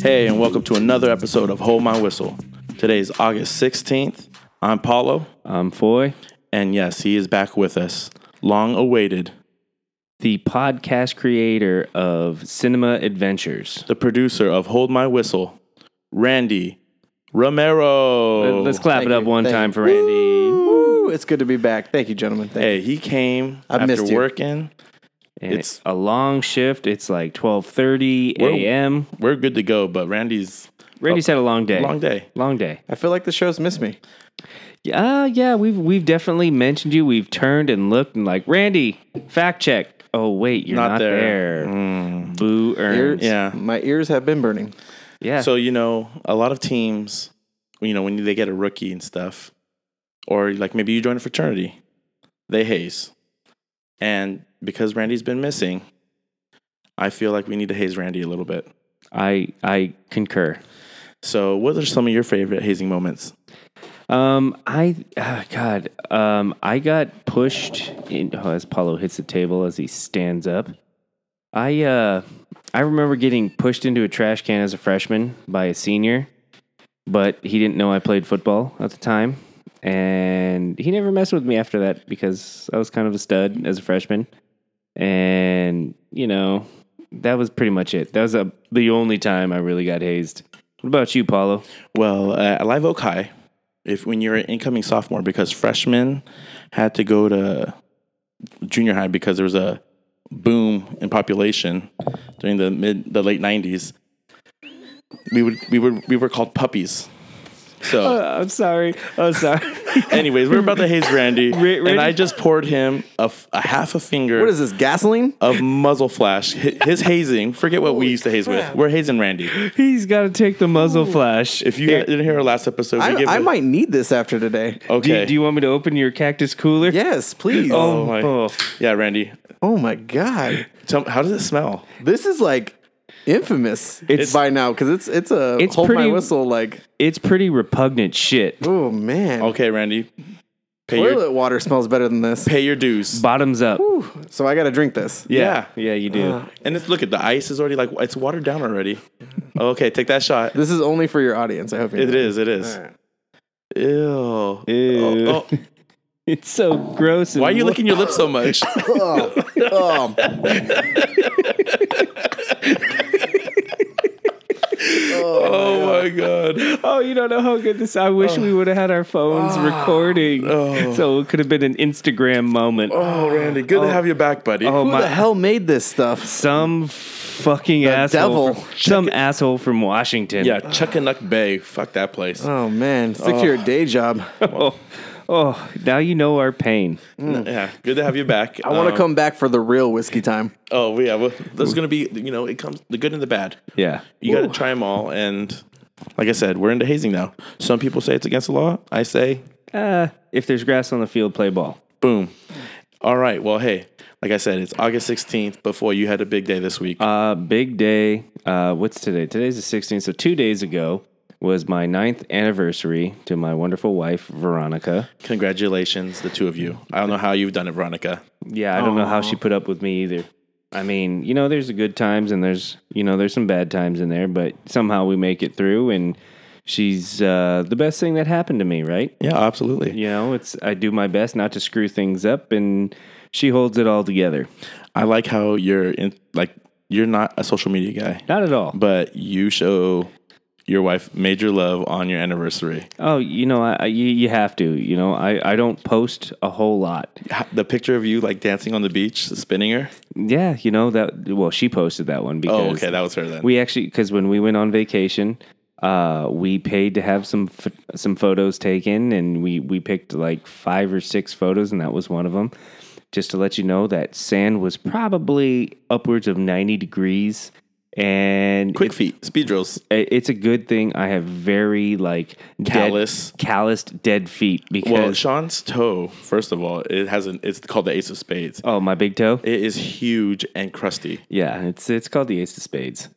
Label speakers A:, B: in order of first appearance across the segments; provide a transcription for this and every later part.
A: Hey, and welcome to another episode of Hold My Whistle. Today is August 16th. I'm Paulo,
B: I'm Um, Foy.
A: and yes, he is back with us. Long awaited,
B: the podcast creator of Cinema Adventures.
A: the producer of Hold My Whistle, Randy Romero.
B: Let's clap
C: Thank
B: it up
C: you,
B: one
C: thank
B: time
C: you.
B: for Randy.
C: Woo, it's good to be back. Thank you, gentlemen. Thank
A: Hey, he came
C: I've
A: after
C: missed you.
A: working.
B: And
A: It's-
B: it's a long shift. It's like 12:30
A: Whoa.
B: a.m.
A: We're good to go, but Randy's
B: Randy's had a long day.
A: long day.
B: Long day.
C: I feel like the show's missed me.
B: Yeah, uh, yeah, we've we've definitely mentioned you. We've turned and looked and like, "Randy, fact check." Oh, wait, you're
A: Not
B: not,
A: there. Mm.
B: there. Boo
C: Ears,
B: earns.
A: Yeah.
C: My ears have been burning.
B: Yeah.
A: So you know, a lot of teams, you know, when they get a rookie and stuff, or like maybe you join a fraternity, they haze, and because Randy's been missing, I feel like we need to haze Randy a little bit.
B: I I concur.
A: So, what are some of your favorite hazing moments?
B: Um, I ah, God, um, I got pushed in, oh, as Paulo hits the table as he stands up. I uh, I remember getting pushed into a trash can as a freshman by a senior, but he didn't know I played football at the time, and he never messed with me after that because I was kind of a stud as a freshman, and you know that was pretty much it. That was uh the only time I really got hazed. What about you, Paulo?
A: Well, uh, at Live Oak High, if when you're an incoming sophomore, because freshmen had to go to junior high because there was a boom in population during the mid the late '90s. We would we would we were called puppies.
C: Uh,
A: So,
B: Uh, I'm sorry. I'm sorry.
A: anyways, we're about to haze Randy,
B: Randy-
A: and I just poured him a, f- a half a finger
C: What is this, gasoline?
A: of muzzle flash. Hi- His hazing. Forget what we used to haze with. We're hazing Randy.
B: He's got to take the muzzle flash.
A: If you didn't hear our last episode, we
C: I,
A: give
C: I
A: it-
C: might need this after today.
B: do,
A: Okay.
B: do you want me to open your cactus cooler?
C: Yes, please.
A: Oh
C: Oh,
A: my.
B: Oh.
A: Yeah, Randy.
C: my God.
A: Tell me, how does it smell?
C: This is like infamous
B: It's-
C: by now because it's it's a
B: It's
C: hold my
B: pretty-
C: whistle like
B: It's pretty repugnant shit.
C: oh man
A: Okay, Randy. Pay your
C: toilet water smells better than this
A: pay your dues.
B: Bottoms up.
C: so I gotta drink this
B: yeah, you do.
A: And it's look at the ice is already like it's watered down already. okay, take that shot.
C: this is only for your audience I hope you
A: It
C: know.
A: is. It is.
C: All right.
A: Ew. Oh, oh.
B: It's so gross. And
A: Why are you licking your lips so much?
C: Oh.
A: oh my god.
B: Oh, you don't know how good this. I
A: Oh.
B: wish we would have had our phones
A: Ah.
B: recording, so it could have been an Instagram moment. Oh,
A: Oh, Randy, good to have you back, buddy. Oh,
C: who
B: my!
C: the hell made this stuff
B: Some fucking asshole.
C: devil.
B: from- some asshole from Washington.
A: Yeah, Chuckanuck Bay. Fuck that place.
C: oh man stick to your day job
B: Oh, oh, now you know our pain.
A: Yeah, good to have you back. Um,
C: I want to come back for the real whiskey time.
A: Oh yeah, well, there's gonna be you know it comes the good and the bad.
B: Yeah.
A: You got to try them all, and like I said, we're into hazing now. Some people say it's against the law. I say
B: Uh, if there's grass on the field, play ball.
A: Boom. All right. Well, hey, like I said, it's August 16th. Before you had a big day this week.
B: Uh, big day. Uh, what's today? Today's the 16th. So two days ago was my ninth anniversary to my wonderful wife, Veronica.
A: Congratulations, the two of you. I don't know how you've done it, Veronica.
B: Yeah, I don't know how she put up with me either. I mean, you know, there's the good times and there's, you know, there's some bad times in there, but somehow we make it through and she's uh, the best thing that happened to me, right?
A: Yeah, absolutely.
B: You know, it's I do my best not to screw things up and she holds it all together.
A: I like how you're in. Like you're not a social media guy,
B: Not at all.
A: but you show your wife major love on your anniversary.
B: Oh, you know, I, I you, you have to. You know, I, I don't post a whole lot.
A: Ha- The picture of you like dancing on the beach, spinning her.
B: Yeah, you know that. Well, she posted that one because
A: Oh, okay, that was her then.
B: we actually because when we went on vacation, uh, we paid to have some ph- some photos taken, and we we picked like five or six photos, and that was one of them. Just to let you know that sand was probably upwards of ninety degrees, and
A: Quick feet, speed drills.
B: it- it's a good thing I have very like dead-
A: Callous.
B: calloused dead feet
A: Well,
B: because
A: Sean's toe. First of all, it has an. It's called the ace of spades.
B: oh my big toe.
A: It is huge and crusty.
B: Yeah, it's it's called the Ace of Spades.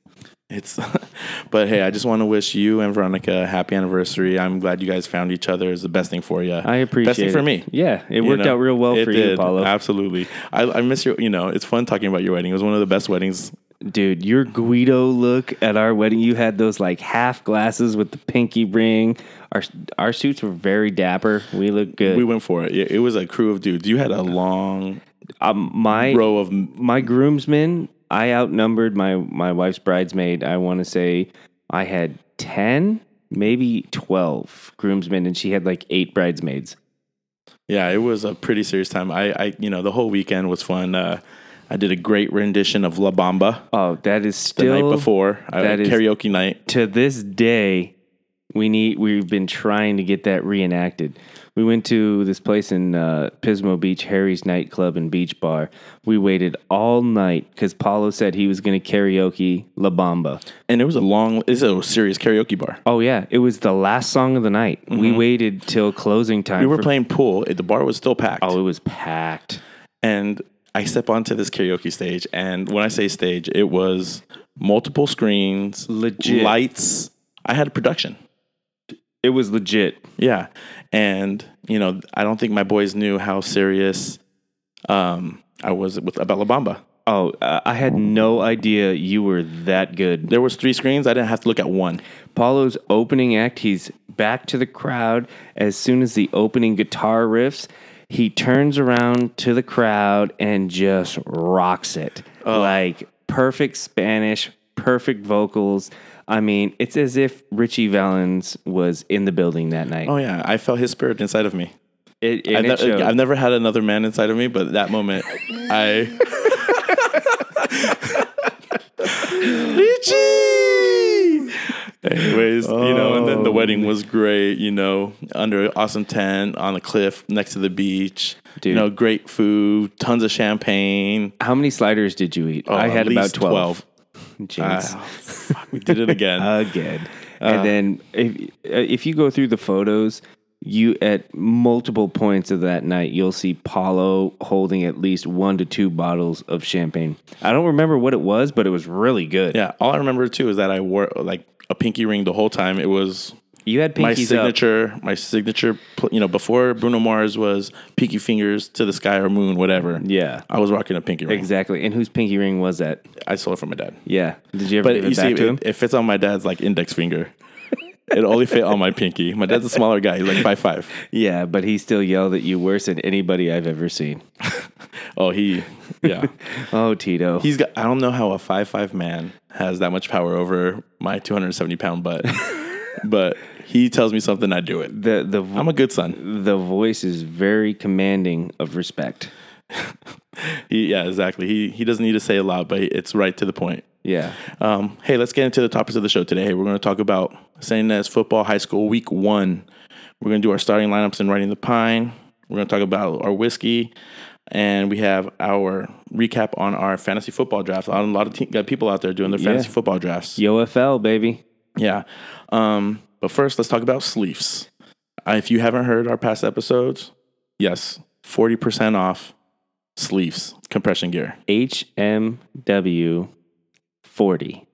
A: It's, but hey, I just want to wish you and Veronica a happy anniversary. I'm glad you guys found each other. It's the best thing for you.
B: I appreciate
A: best thing
B: it.
A: for me.
B: Yeah, it
A: You
B: worked
A: know?
B: out real well
A: It
B: for you,
A: did.
B: Paulo.
A: Absolutely. I, I miss your. You know, it's fun talking about your wedding. It was one of the best weddings
B: Dude, your Guido look at our wedding, you had those like half glasses with the pinky ring. Our our suits were very dapper. We looked good.
A: We went for it. Yeah, it was a crew of dudes. You had a long
B: um, my
A: row of
B: my groomsmen, I outnumbered my my wife's bridesmaid. I want to say I had 10, maybe 12 groomsmen and she had like 8 bridesmaids.
A: yeah. It was a pretty serious time. I, I you know, the whole weekend was fun. Uh, I did a great rendition of La Bamba
B: Oh, that is
A: the
B: still
A: night before. I
B: that is-
A: karaoke night.
B: to this day we need we've been trying to get that reenacted we went to this place in uh, pismo beach harry's nightclub and beach bar we waited all night because paulo said he was going to karaoke la bamba
A: And it was a long, it's a serious karaoke bar.
B: oh yeah it was the last song of the night we waited till closing time
A: We were
B: for-
A: playing pool. The bar was still packed.
B: oh it was packed
A: and I step onto this karaoke stage. And when I say stage, it was multiple screens,
B: Legit.
A: lights. I had a production.
B: it was legit
A: Yeah. And, you know, I don't think my boys knew how serious um, I was with about La Bamba.
B: oh uh, i had no idea you were that good
A: There was three screens. I didn't have to look at one.
B: Paulo's opening act, he's back to the crowd. As soon as the opening guitar riffs, he turns around to the crowd and just rocks it.
A: Oh.
B: Like perfect Spanish, perfect vocals. I mean, it's as if Richie Valens was in the building that night.
A: Oh, yeah. I felt his spirit inside of me.
B: It-
A: I've,
B: and it
A: ne-
B: showed.
A: I've never had another man inside of me, but that moment, I. Richie! Anyways, you know, and
B: Oh,
A: then the wedding was great, you know, under an awesome tent on a cliff next to the beach.
B: Dude.
A: You know, great food, tons of champaign.
B: How many sliders did you eat? I
A: Oh, at
B: had about
A: least
B: 12. Jeez.
A: Ah, fuck, we did it again.
B: Uh, again. and then if uh, if you go through the photos, you at multiple points of that night, you'll see Paulo holding at least one to two bottles of champagne. I don't remember what it was, but it was really good.
A: yeah, all I remember too is that I wore like a pinky ring the whole time. It was
B: You had pinkies
A: my
B: up.
A: signature, my signature, pl- you know, before Bruno Mars was pinky fingers to the sky or moon, whatever.
B: Yeah.
A: I was rocking a pinky ring.
B: Exactly. And whose pinky ring was that?
A: I stole it from my dad.
B: Yeah. Did you ever
A: But
B: give
A: you
B: it back
A: see,
B: to him?
A: it, it fits on my dad's like index finger. it only fit on my pinky. My dad's a smaller guy. He's like five five.
B: yeah, but he still yelled at you worse than anybody I've ever seen.
A: Oh, he, yeah.
B: Oh, Tito.
A: He's got. I don't know how a five five man has that much power over my two hundred seventy pound butt. but he tells me something, I do it.
B: the the
A: I'm a good son.
B: the voice is very commanding of respect.
A: He, yeah, exactly. He he doesn't need to say a lot, but it's right to the point.
B: Yeah.
A: Um, hey, let's get into the topics of the show today. Hey, we're going to talk about St. Inez football high school week one. We're going to do our starting lineups and writing the pine. We're going to talk about our whiskey, and we have our recap on our fantasy football drafts. A lot- a lot of te- got people out there doing their fantasy football drafts.
B: YoFL, baby.
A: Yeah. Um, but first, let's talk about sleeves. Uh, if you haven't heard our past episodes, yes, forty percent off sleeves compression gear.
B: HMW 40.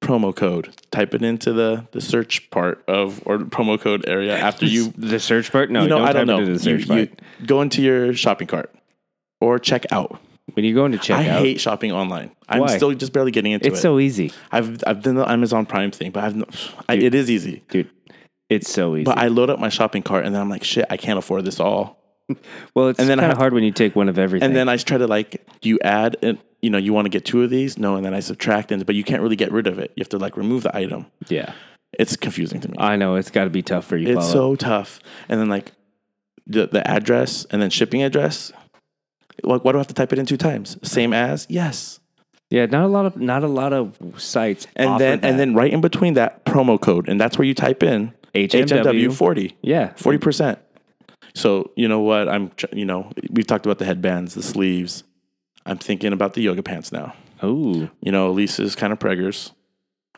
A: promo code. Type it into the the search part of or promo code area after you.
B: The search part? No,
A: you know,
B: don't
A: I don't
B: type
A: know.
B: It into the
A: You-
B: search part.
A: you go into your shopping cart or check out.
B: when you go into checkout,
A: I hate shopping online. I'm
B: Why?
A: still just barely getting into
B: it's
A: it.
B: so easy,
A: I've I've done the Amazon Prime thing, but I've no- I, it is easy.
B: dude. It's so easy.
A: But I load up my shopping cart and then I'm like, shit, I can't afford this all.
B: well, it's
A: then I
B: kind of
A: have-
B: hard when you take one of everything.
A: And then I try to like, do you add and you know you want to get two of these? No, and then I subtract and but you can't really get rid of it. You have to like remove the item.
B: yeah,
A: It's confusing to me.
B: I know it's got to be tough for you.
A: It's
B: Paolo.
A: so tough. And then like the the address and then shipping address. Like, why do I have to type it in two times? Same as yes.
B: yeah, not a lot of not a lot of sites.
A: And
B: offer
A: then
B: that.
A: and then right in between that promo code, and that's where you type in
B: HMW.
A: HMW forty.
B: yeah,
A: Forty percent. So you know what I'm. tr- You know we've talked about the headbands, the sleeves. I'm thinking about the yoga pants now.
B: oh,
A: You know, Lisa's kind of preggers.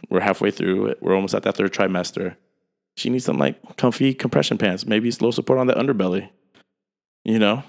A: We're halfway through it. We're almost at that third trimester. She needs some like comfy compression pants. Maybe it's low support on the underbelly. You know?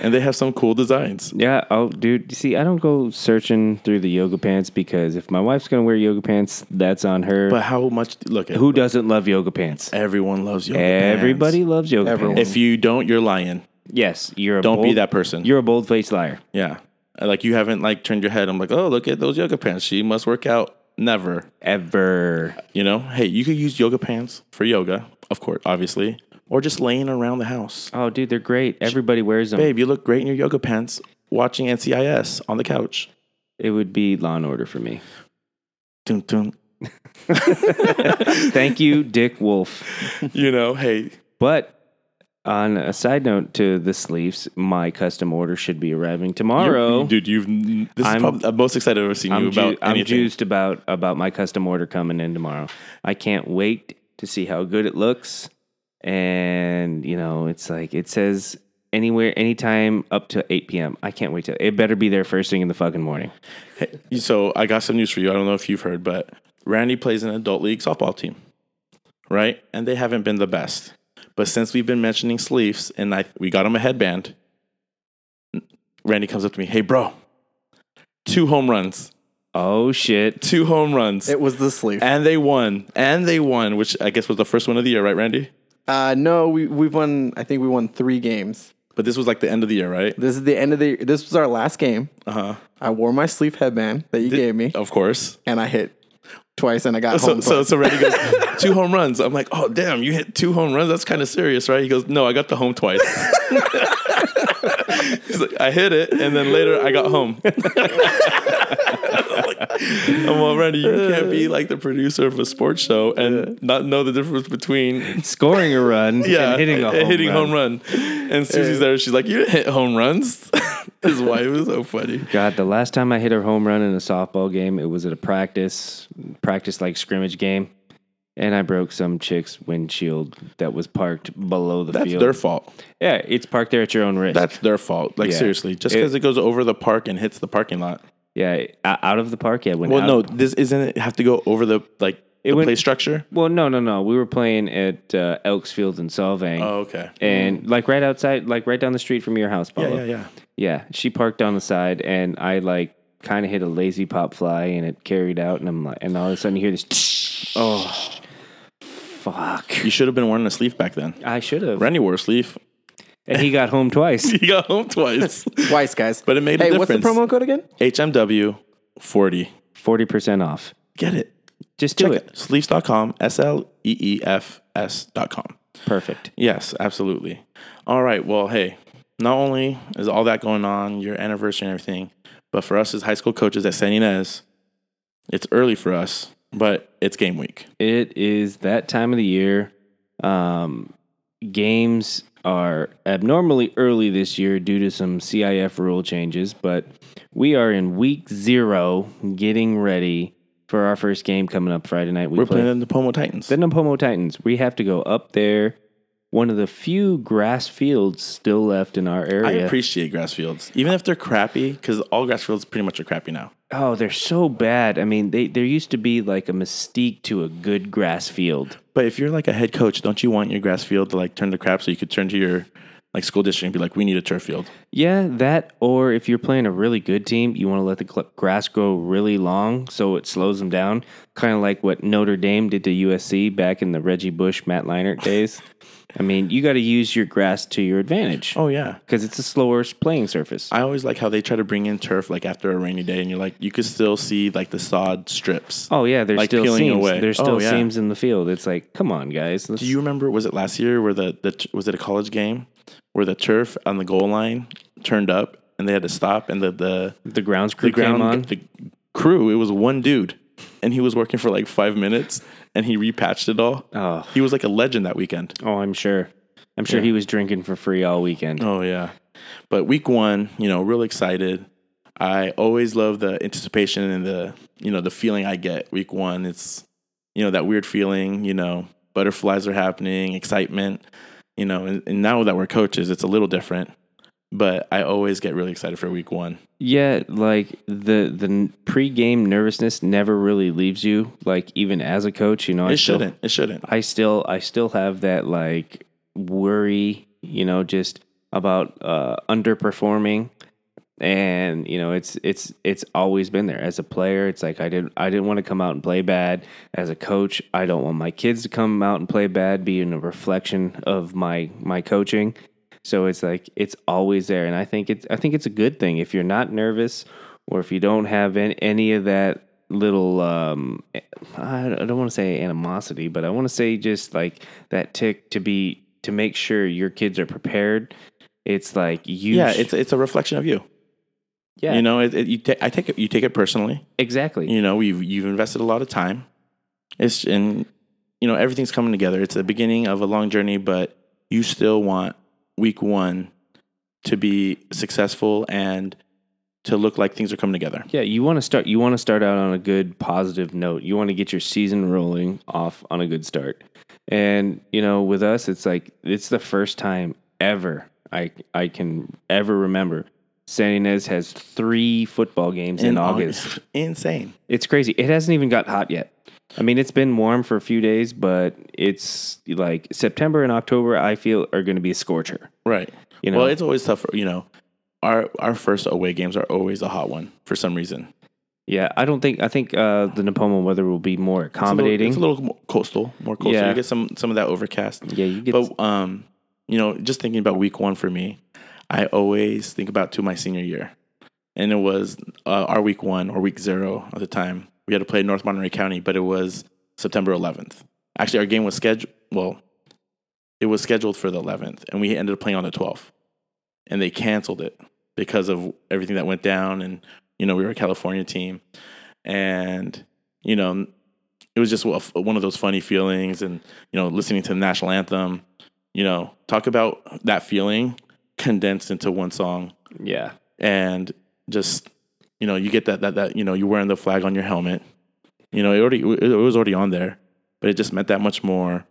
A: And they have some cool designs.
B: yeah, oh, dude. You See, I don't go searching through the yoga pants because if my wife's gonna wear yoga pants, that's on her.
A: But how much look at
B: Who doesn't love yoga pants?
A: everyone loves yoga. pants.
B: Everybody loves yoga
C: Everyone.
B: pants.
A: If you don't, you're lying.
B: Yes, you're a
A: Don't be
B: bold-
A: that person.
B: You're a bold faced liar.
A: yeah. Like you haven't like turned your head. I'm like, oh, look at those yoga pants. She must work out. Never.
B: Ever.
A: You know, hey, you could use yoga pants for yoga, of course, obviously, or just laying around the house.
B: Oh, dude, they're great. Everybody wears them.
A: Babe, you look great in your yoga pants watching NCIS on the couch.
B: It would be Law and Order for me.
A: Dun, dun.
B: Thank you, Dick Wolf.
A: You know, hey,
B: But on a side note to the sleeves, my custom order should be arriving tomorrow.
A: you- dude, you've this
B: I'm-
A: is probably the most excited I've ever seen you
B: I'm, ju-
A: about
B: I'm
A: anything.
B: juiced about about my custom order coming in tomorrow. I can't wait to see how good it looks. And you know, it's like it says anywhere, anytime up to 8 p.m. I can't wait to. It better be there first thing in the fucking morning.
A: Hey, so I got some news for you. I don't know if you've heard, but Randy plays an adult league softball team, right? And they haven't been the best. But since we've been mentioning sleeves, and I we got him a headband, Randy comes up to me, "Hey, bro, two home runs,
B: Oh shit!
A: two home runs."
C: It was the sleeve.
A: and they won. And they won, which I guess was the first one of the year, right, Randy?
C: Uh, no, we we've won. I think we won three games.
A: But this was like the end of the year, right?
C: This is the end of the. This was our last game.
A: Uh huh.
C: I wore my sleeve headband that you gave me,
A: Of course.
C: and I hit twice, and I got
A: Oh. So,
C: home.
A: so, so Randy goes, two home runs. I'm like, oh, damn, you hit two home runs. That's kind of serious, right? He goes, no, I got the home twice. He's like, I hit it. And then later I got home. I'm like, I'm all Randy, you can't be like the producer of a sports show and not know the difference between.
B: Scoring a run,
A: Yeah,
B: and hitting a home
A: hitting
B: run.
A: home run. And Susie's there. She's like, You didn't hit home runs. His wife is so funny.
B: God, the last time I hit a home run in a softball game, it was at a practice, practice like scrimmage game, and I broke some chick's windshield that was parked below the
A: That's
B: field.
A: their fault.
B: yeah, it's parked there at your own risk.
A: That's their fault. Like
B: Yeah.
A: seriously, just because it, goes over the park and hits the parking lot.
B: yeah, o- out of the park. Yeah, it went
A: Well,
B: out
A: no,
B: of-
A: this isn't it. Have to go over the like the
B: went-
A: play structure.
B: well, no, no, no. We were playing at uh, Elks Field in Solvang,
A: Oh, okay.
B: and like right outside, like right down the street from your house, Paula.
A: Yeah, yeah, yeah.
B: Yeah, she parked on the side, and I like kind of hit a lazy pop fly, and it carried out, and I'm like, and all of a sudden you hear this, oh, fuck!
A: You should have been wearing a sleeve back then.
B: I should have,
A: Randy wore a sleeve.
B: and he got home twice.
A: He got home twice.
C: twice, guys.
A: But it made a
C: hey, what's the
A: difference. Um,
C: promo code again?
A: HMW forty.
B: Forty percent off.
A: Get it.
B: Just do it.
A: Sleeves.com. S L E E F S dot com.
B: Perfect.
A: Yes, absolutely. All right. Well, hey, not only is all that going on, your anniversary and everything, but for us as high school coaches at San Ynez, it's early for us, but it's game week.
B: It is that time of the year. Um, games are abnormally early this year due to some CIF rule changes, but we are in week zero, getting ready for our first game coming up Friday night. We
A: We're
B: play-
A: playing the Pomo Titans.
B: The Napomo Titans. We have to go up there. One of the few grass fields still left in our
A: I
B: area.
A: appreciate grass fields, even if they're crappy, because all grass fields pretty much are crappy now.
B: oh, they're so bad. I mean, they there used to be like a mystique to a good grass field.
A: But if you're like a head coach, don't you want your grass field to like turn to crap so you could turn to your like school district and be like, we need a turf field?
B: Yeah, that or if you're playing a really good team, you want to let the cl- grass grow really long so it slows them down, kind of like what Notre Dame did to USC back in the Reggie Bush, Matt Leinart days. I mean, you got to use your grass to your advantage
A: Oh, yeah.
B: because it's a slower playing surface.
A: I always like how they try to bring in turf like after a rainy day, and you're like, you could still see like the sod strips.
B: Oh yeah, there's
A: like,
B: still
A: peeling
B: seams.
A: away.
B: There's
A: Oh,
B: still
A: yeah.
B: seams in the field. It's like, come on, guys. Let's-
A: Do you remember? Was it last year where the, the was it a college game where the turf on the goal line turned up and they had to stop and the the,
B: the grounds crew
A: the ground
B: came on.
A: the crew it was one dude and he was working for like five minutes and he repatched it all.
B: Oh.
A: He was like a legend that weekend.
B: oh, I'm sure. I'm sure he was drinking for free all weekend.
A: Oh yeah, but week one, you know, real excited. I always love the anticipation and the you know the feeling I get week one. It's you know that weird feeling. You know, butterflies are happening, excitement. You know, and, and now that we're coaches, it's a little different. But I always get really excited for week one.
B: Yeah, like the the n- pregame nervousness never really leaves you. Like even as a coach, you know, I
A: It
B: still-
A: shouldn't. It shouldn't.
B: I still I still have that like worry, you know, just about uh underperforming. And you know it's it's it's always been there. As a player, it's like I didn't I didn't want to come out and play bad. As a coach, I don't want my kids to come out and play bad, being a reflection of my my coaching. So it's like it's always there, and I think it's I think it's a good thing if you're not nervous or if you don't have any, any of that little um I I don't want to say animosity, but I want to say just like that tick to be to make sure your kids are prepared. It's like you
A: yeah,
B: sh-
A: it's it's a reflection of you.
B: yeah
A: You know, it, it, you ta- I take it, you take it personally.
B: exactly
A: You know, you've you've invested a lot of time. It's and you know everything's coming together. It's the beginning of a long journey, but you still want week one to be successful and to look like things are coming together.
B: Yeah, you want to start. You want to start out on a good, positive note. You want to get your season rolling off on a good start. And you know, with us, it's like it's the first time ever I I can ever remember. San Ynez has three football games in, August.
A: August. insane.
B: It's crazy. It hasn't even got hot yet. I mean, it's been warm for a few days, but it's like September and October. I feel are going to be a scorcher.
A: Right.
B: You know?
A: Well, it's always tough. You know, our our first away games are always a hot one for some reason.
B: Yeah, I don't think I think uh, the Napomo weather will be more
A: It's a little-
B: accommodating.
A: It's a little, more coastal, more coastal.
B: Yeah.
A: You get some some of that overcast.
B: yeah, you get
A: But um, you know, just thinking about week one for me, I always think about to my senior year, and it was uh, our week one or week zero at the time. We had to play North Monterey County, but it was September 11th. Actually, our game was scheduled. Well, it was scheduled for the 11th, and we ended up playing on the 12th, and they canceled it because of everything that went down. And you know, we were a California team, and you know, it was just one of those funny feelings. And you know, listening to the national anthem, you know, talk about that feeling condensed into one song
B: yeah.
A: and just, you know, you get that, that, that, you know, you're wearing the flag on your helmet, you know, it already, it was already on there, but it just meant that much more.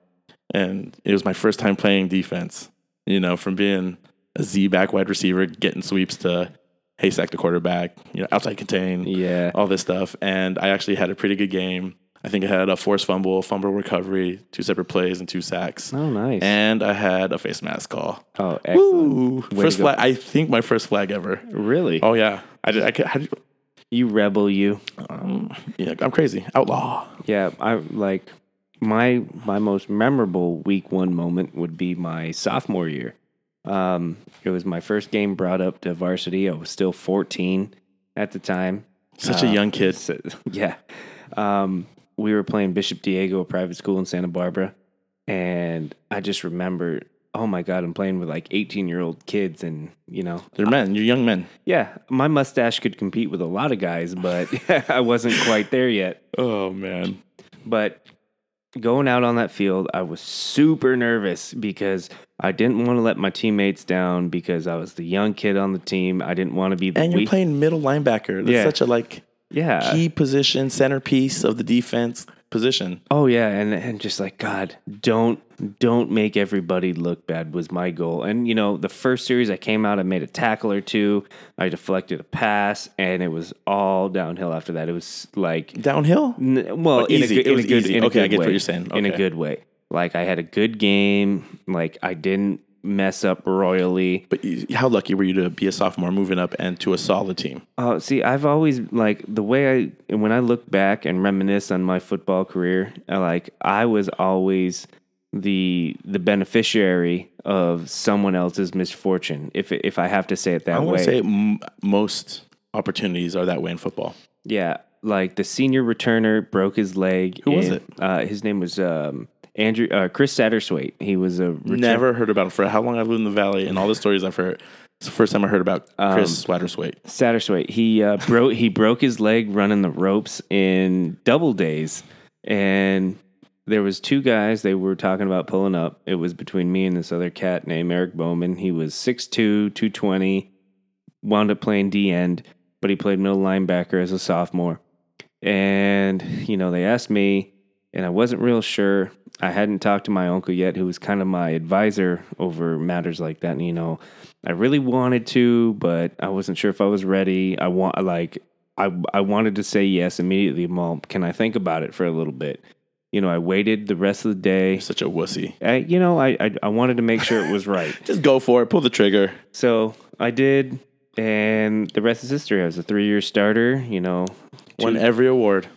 A: And it was my first time playing defense, you know, from being a Z back wide receiver, getting sweeps to haystack the quarterback, you know, outside contain
B: Yeah.
A: all this stuff. And I actually had a pretty good game. I think I had a forced fumble, fumble recovery, two separate plays, and two sacks.
B: Oh, nice.
A: And I had a face mask call.
B: oh, excellent.
A: Woo!
B: to
A: First
B: go.
A: flag, I think my first flag ever.
B: Really?
A: Oh yeah, I did. I, could- how did
B: You rebel, you.
A: um, yeah, I'm crazy. Outlaw.
B: Yeah, I like my my most memorable week one moment would be my sophomore year. Um, it was my first game brought up to varsity. I was still 14 at the time.
A: Such a young kid.
B: So, yeah. Um, we were playing Bishop Diego, a private school in Santa Barbara. And I just remember, oh my God, I'm playing with like 18 year old kids. And, you know,
A: They're men. You're young men.
B: yeah, my mustache could compete with a lot of guys, but I wasn't quite there yet.
A: Oh man.
B: But going out on that field, I was super nervous because I didn't want to let my teammates down because I was the young kid on the team. I didn't want to be the
A: And you're
B: weak.
A: playing middle linebacker. That's
B: Yeah.
A: such a like
B: yeah.
A: key position, centerpiece of the defense position.
B: Oh yeah, and and just like God, don't don't make everybody look bad was my goal. And you know, the first series I came out, I made a tackle or two, I deflected a pass, and it was all downhill after that. It was like
A: Downhill.
B: N- well,
A: Oh,
B: in
A: easy.
B: a
A: It
B: good, in a
A: was
B: good,
A: easy.
B: in a
A: Okay, I
B: good
A: get
B: way,
A: what you're saying.
B: In a
A: Okay.
B: good way. Like I had a good game. Like I didn't mess up royally.
A: But you- how lucky were you to be a sophomore, moving up and to a solid team?
B: Oh, see, I've always like the way I when I look back and reminisce on my football career, uh, like I was always the the beneficiary of someone else's misfortune. If if I have to say it that
A: I
B: way,
A: want to say m- most opportunities are that way in football.
B: Yeah, like the senior returner broke his leg.
A: Who was
B: in-
A: it?
B: Uh, his name was um, Andrew uh, Chris Satterswaite. He was a return-
A: Never heard about it for how long I've lived in the valley and all the stories I've heard. It's the first time I heard about Chris Swatterswaite.
B: Satterswaite. He uh, broke he broke his leg running the ropes in double days, and there was two guys they were talking about pulling up. It was between me and this other cat named Eric Bowman. He was 6'2", 220, wound up playing D end, but he played middle linebacker as a sophomore. And you know they asked me, and I wasn't real sure. I hadn't talked to my uncle yet, who was kind of my advisor over matters like that. And you know, I really wanted to, but I wasn't sure if I was ready. I want like I I wanted to say yes immediately. Mom, can I think about it for a little bit? You know, I waited the rest of the day.
A: You're such a wussy.
B: I, you know, I, I I wanted to make sure it was right.
A: Just go for it. Pull the trigger.
B: So I did, and the rest is history. I was a three year starter. You know,
A: Won every award.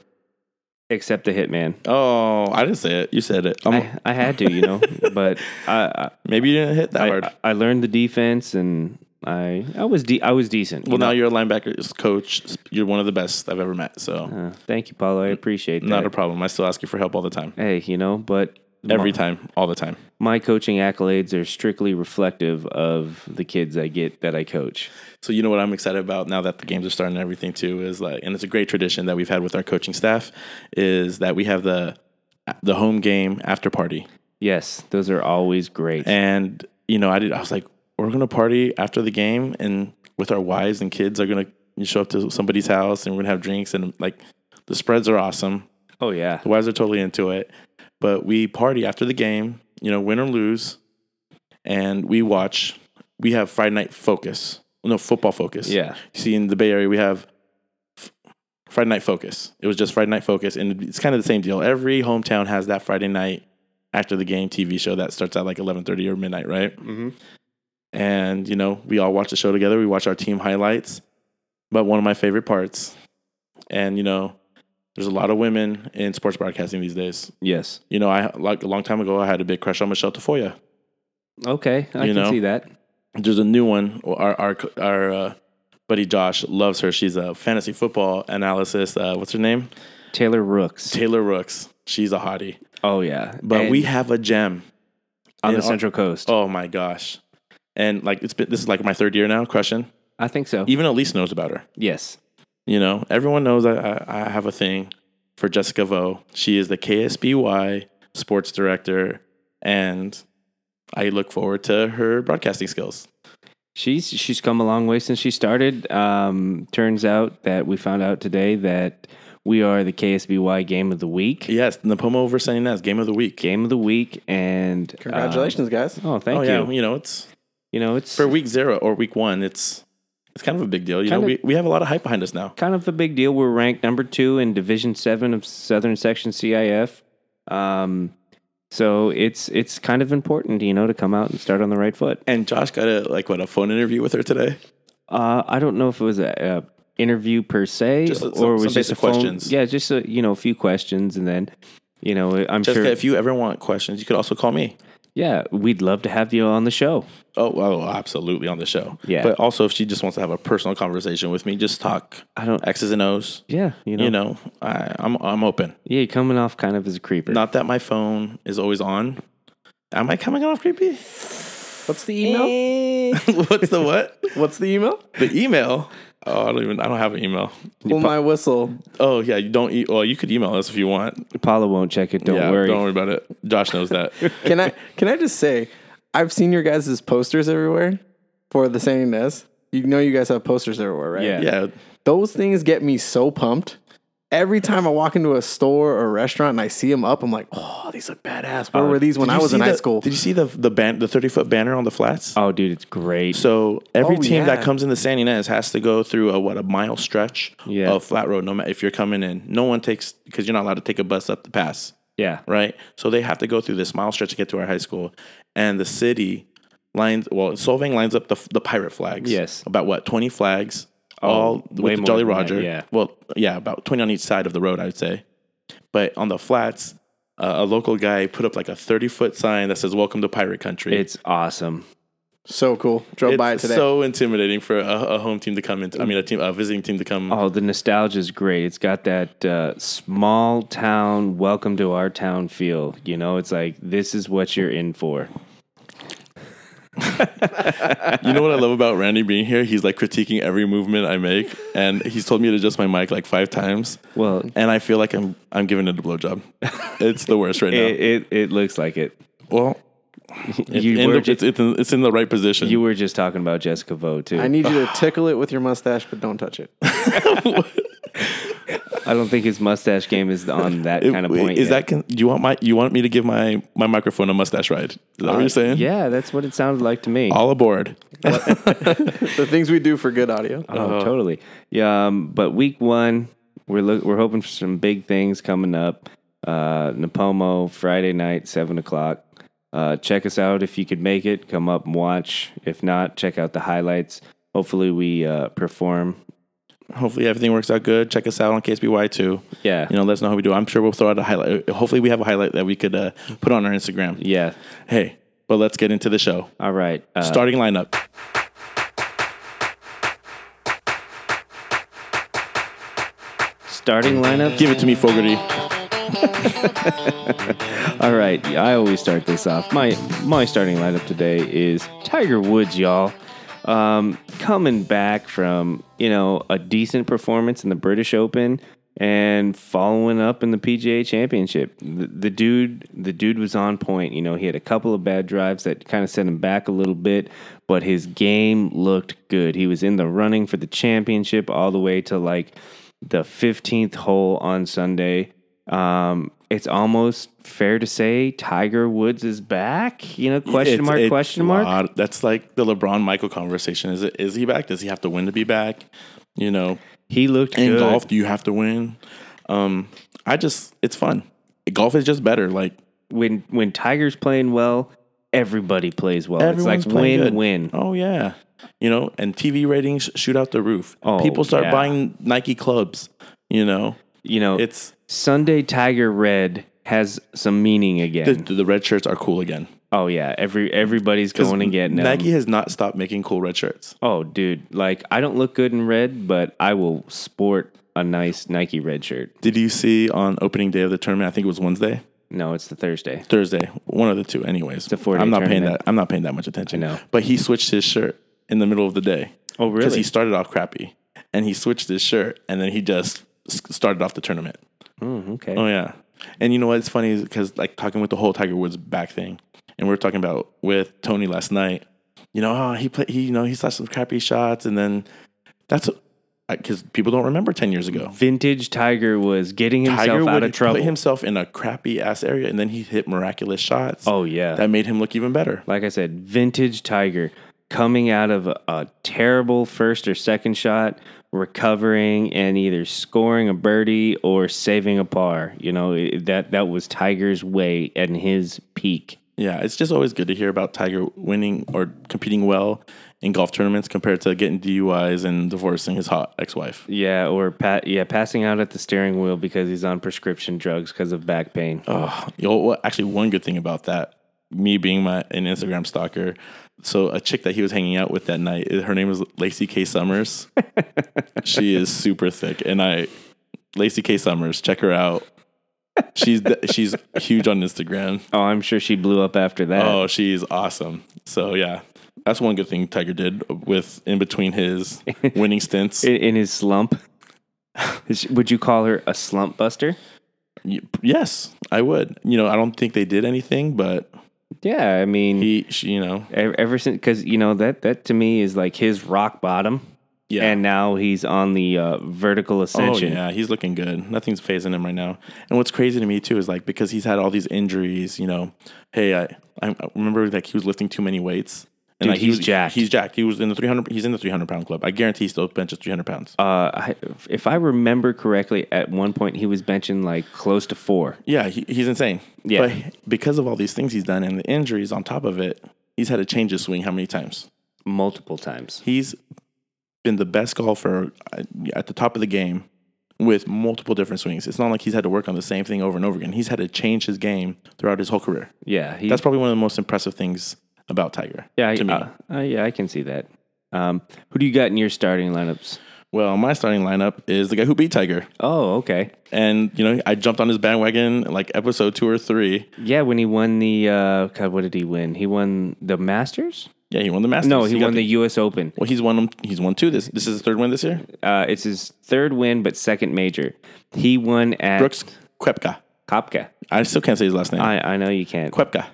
B: except the Hitman.
A: Oh, I didn't say it. You said it. Um,
B: I, I had to, you know, but I
A: maybe you didn't hit that
B: I, uh,
A: hard.
B: I, I learned the defense and I I was de- I was decent. you
A: well, now
B: know?
A: you're a linebackers coach. You're one of the best I've ever met. So
B: Uh, thank you, Paulo. I appreciate that.
A: not a problem. I still ask you for help all the time.
B: hey, you know, but
A: Every
B: my,
A: time, all the time.
B: my coaching accolades are strictly reflective of the kids I get that I coach.
A: So you know what I'm excited about now that the games are starting and everything too is like, and it's a great tradition that we've had with our coaching staff is that we have the the home game after party.
B: Yes, those are always great.
A: And you know, I did. I was like, we're gonna party after the game, and with our wives and kids are gonna show up to somebody's house, and we're gonna have drinks, and like the spreads are awesome.
B: oh yeah,
A: The wives are totally into it. But we party after the game, you know, win or lose, and we watch. We have Friday night focus, no football focus.
B: yeah.
A: See, in the Bay Area, we have f- Friday Night Focus. It was just Friday Night Focus, and it's kind of the same deal. Every hometown has that Friday night after the game TV show that starts at like eleven thirty or midnight, right?
B: Mm-hmm.
A: And you know, we all watch the show together. We watch our team highlights. But one of my favorite parts, and you know, there's a lot of women in sports broadcasting these days.
B: Yes.
A: You know, I like a long time ago, I had a big crush on Michelle Tafoya.
B: Okay, I
A: You
B: can
A: know?
B: see that.
A: there's a new one. Our our our uh, buddy Josh loves her. She's a fantasy football analysis. Uh, what's her name?
B: Taylor Rooks.
A: Taylor Rooks. She's a hottie.
B: Oh yeah,
A: But
B: And
A: we have a gem.
B: on the
A: and-
B: Central Coast.
A: Oh my gosh! And like it's been this is like my third year now crushing.
B: I think so.
A: Even Elise knows about her.
B: Yes.
A: You know, everyone knows I, I, I have a thing for Jessica Vo. She is the KSBY sports director, and I look forward to her broadcasting skills.
B: She's she's come a long way since she started. Um, turns out that we found out today that we are the KSBY Game of the Week.
A: Yes, Napomo over San Ynez, game of the week.
B: Game of the Week, and um,
C: Congratulations, guys.
B: oh, thank
A: oh
B: you.
A: yeah, you know it's
B: You know, it's
A: for week zero or week one, it's it's kind of a big deal. You know,
B: Kinda-
A: we, we have a lot of hype behind us now.
B: kind of a big deal. We're ranked number two in Division Seven of Southern Section CIF. Um, so it's it's kind of important, you know, to come out and start on the right foot.
A: And Josh got a like what a phone interview with her today.
B: Uh, I don't know if it was a, a interview per se,
A: Just some-
B: or it was
A: some
B: just a
A: basic
B: phone.
A: questions.
B: Yeah, just a, you know a few questions, and then you know I'm
A: Jessica,
B: sure.
A: if you ever want questions, you could also call me.
B: yeah, we'd love to have you on the show.
A: Oh, oh, absolutely on the show.
B: Yeah.
A: But also, if she just wants to have a personal conversation with me, just talk
B: I don't.
A: X's and O's.
B: Yeah, you know.
A: You know, I, I'm I'm open.
B: Yeah, you're coming off kind of as a creeper.
A: Not that my phone is always on. Am I coming off creepy?
C: What's the email?
A: Eh. What's the what?
C: What's the email?
A: the email? Oh, I don't even. I don't have an email.
C: Pull my whistle.
A: Oh yeah, you don't. E- well, you could email us if you want.
B: Paula won't check it. Don't
A: yeah,
B: worry.
A: Don't worry about it. Josh knows that.
C: Can I can I just say I've seen your guys' posters everywhere for the San Ynez. You know you guys have posters everywhere, right?
B: Yeah.
A: yeah.
C: Those things get me so pumped. Every time I walk into a store or restaurant and I see them up, I'm like, oh, these look badass. Where were these when
A: Uh, Did
C: I
A: you
C: was
A: see
C: in high
A: the-
C: school? Uh,
A: Did you see the the ban- the 30 foot banner on the flats?
B: Oh, dude, it's great.
A: So every
C: Oh,
A: team that
C: yeah.
A: comes into San Ynez has to go through a what a mile stretch
B: Yeah.
A: of flat road. No matter if you're coming in, no one takes because you're not allowed to take a bus up the pass,
B: yeah,
A: right? So they have to go through this mile stretch to get to our high school, and the city lines well Solvang lines up the the pirate flags.
B: Yes.
A: about what twenty flags,
B: Oh,
A: all
B: way
A: with the
B: more
A: Jolly
B: than that,
A: Roger.
B: yeah.
A: well, yeah, about twenty on each side of the road, I'd say. But on the flats, uh, a local guy put up like a thirty foot sign that says "Welcome to Pirate Country."
B: it's awesome.
C: so cool. Drove
A: it's
C: by it today.
A: so intimidating for a, a home team to come into. I mean, a team, a visiting team to come.
B: Oh, the nostalgia is great. It's got that uh, small town welcome to our town feel. You know, it's like this is what you're in for.
A: You know what I love about Randy being here? He's like critiquing every movement I make, and he's told me to adjust my mic like five times,
B: Well,
A: and uh, I feel like I'm I'm giving it a blowjob. It's the worst right now.
B: it, it it looks like it.
A: well, it's,
B: you
A: in
B: were
A: the,
B: ju-
A: it's, it's in, it's in the right position.
B: You were just talking about Jessica Vo too.
C: I
B: I,
C: need you to tickle it with your mustache, but don't touch it.
B: don't think his mustache game is on that
A: It-
B: kind of point.
A: is that
B: yet.
A: con- you want my you want me to give my my microphone a mustache ride? Is that what you're saying?
B: Uh,
A: Oh.
B: Yeah, that's what it sounded like to me.
A: All aboard.
C: The things we do for good audio.
B: Oh, totally. Yeah, um, but week one, we're look, we're hoping for some big things coming up. Uh, Napomo Friday night, seven o'clock. Uh, check us out if you could make it. Come up and watch. If not, check out the highlights. Hopefully, we uh, perform
A: Hopefully everything works out good. Check us out on KSBY too.
B: Yeah.
A: You know, let us know how we do. I'm sure we'll throw out a highlight. uh, Hopefully we have a highlight that we could uh, put on our Instagram.
B: Yeah.
A: Hey, but let's get into the show.
B: All right. Uh,
A: Starting lineup.
B: starting lineup.
A: Give it to me, Fogarty.
B: All right, I always start this off. My my starting lineup today is Tiger Woods, y'all. Um, coming back from you know a decent performance in the British Open and following up in the PGA Championship. The, the dude, the dude was on point. You know, he had a couple of bad drives that kind of sent him back a little bit, but his game looked good. He was in the running for the championship all the way to like the 15th hole on Sunday. Um, it's almost fair to say Tiger Woods is back. You know, question
A: It's-
B: mark,
A: it's
B: question mark.
A: lot- That's like the LeBron Michael conversation. Is it? Is he back? Does he have to win to be back? You know,
B: He looked
A: in
B: good.
A: golf, do you have to win? Um, I just, it's fun. Golf is just better. Like
B: When when Tiger's playing well, everybody plays well.
A: everyone's
B: it's like
A: playing
B: win
A: good.
B: win.
A: Oh yeah, you know, and TV ratings shoot out the roof.
B: Oh,
A: People start
B: yeah. Oh,
A: buying Nike clubs. You know,
B: You know, it's
A: it's
B: Sunday Tiger Red has some meaning again.
A: the, the red shirts are cool again.
B: oh yeah, every everybody's
A: 'Cause
B: going and getting them.
A: Nike has not stopped making cool red shirts.
B: Oh, dude, like I don't look good in red, but I will sport a nice Nike red shirt.
A: Did you see on opening day of the tournament? I think it was Wednesday.
B: No, it's the Thursday.
A: Thursday, one of the two. Anyways,
B: a four-day
A: I'm not paying
B: tournament.
A: that. I'm not paying that much attention.
B: I know.
A: but he switched his shirt in the middle of the day
B: Oh,
A: because
B: really?
A: he started off crappy, and he switched his shirt, and then he just s- started off the tournament.
B: Mm, okay.
A: Oh yeah, and you know what's funny is because like talking with the whole Tiger Woods back thing, and we were talking about with Tony last night. You know, oh, he played. He you know he saw some crappy shots, and then that's because people don't remember ten years ago.
B: vintage Tiger was getting himself
A: Tiger
B: out
A: would
B: of trouble.
A: put himself in a crappy ass area, and then he hit miraculous shots.
B: oh yeah,
A: That made him look even better.
B: like I said, vintage Tiger coming out of a, a terrible first or second shot, recovering and either scoring a birdie or saving a par. You know it, that that was Tiger's way and his peak.
A: Yeah, it's just always good to hear about Tiger winning or competing well in golf tournaments compared to getting DUIs and divorcing his hot ex-wife.
B: Yeah, or pa- yeah, passing out at the steering wheel because he's on prescription drugs because of back pain.
A: Oh, you know, well, actually, one good thing about that, me being my an Instagram stalker, so a chick that he was hanging out with that night, her name is Lacey K Summers. she is super thick, and I, Lacey K Summers, check her out. She's she's huge on Instagram.
B: Oh, I'm sure she blew up after that.
A: Oh, she's awesome. So yeah, that's one good thing Tiger did with in between his winning stints.
B: In, in his slump. Is- Would you call her a slump buster?
A: Y- yes, I would. You know, I don't think they did anything, but
B: Yeah, I mean,
A: he, she, you know,
B: ever, ever since because you know that that to me is like his rock bottom,
A: yeah.
B: and now he's on the uh, vertical
A: oh
B: ascension.
A: yeah, he's looking good. Nothing's phasing him right now. And what's crazy to me too is like because he's had all these injuries. You know, hey, I I I remember like he was lifting too many weights. And
B: Dude,
A: like he
B: he's
A: was-
B: jacked.
A: He's jacked. He was in the three hundred. He's in the three hundred pound club. I guarantee he still benches three hundred pounds.
B: Uh, I, if I remember correctly, at one point he was benching like close to four.
A: Yeah, he, he's insane.
B: Yeah.
A: But because of all these things he's done and the injuries on top of it, he's had to change his swing how many times?
B: multiple times.
A: He's been the best golfer uh, at the top of the game with multiple different swings. It's not like he's had to work on the same thing over and over again. He's had to change his game throughout his whole career.
B: Yeah, he,
A: That's probably one of the most impressive things about Tiger.
B: yeah, I,
A: to me.
B: uh, uh, yeah, I can see that. Um, who do you got in your starting lineups?
A: Well, my starting lineup is the guy who beat Tiger.
B: Oh, okay.
A: And, you know, I jumped on his bandwagon like episode two or three.
B: Yeah, when he won the uh, God, what did he win? He won the Masters.
A: Yeah, he won the Masters.
B: No, he,
A: got
B: won the, U.S. Open.
A: Well, he's won. He's won two. This this is his third win this year.
B: Uh, it's his third win, but second major. He won at
A: Brooks Koepka.
B: Kopka.
A: I still can't say his last name.
B: I, I know you can't.
A: Koepka.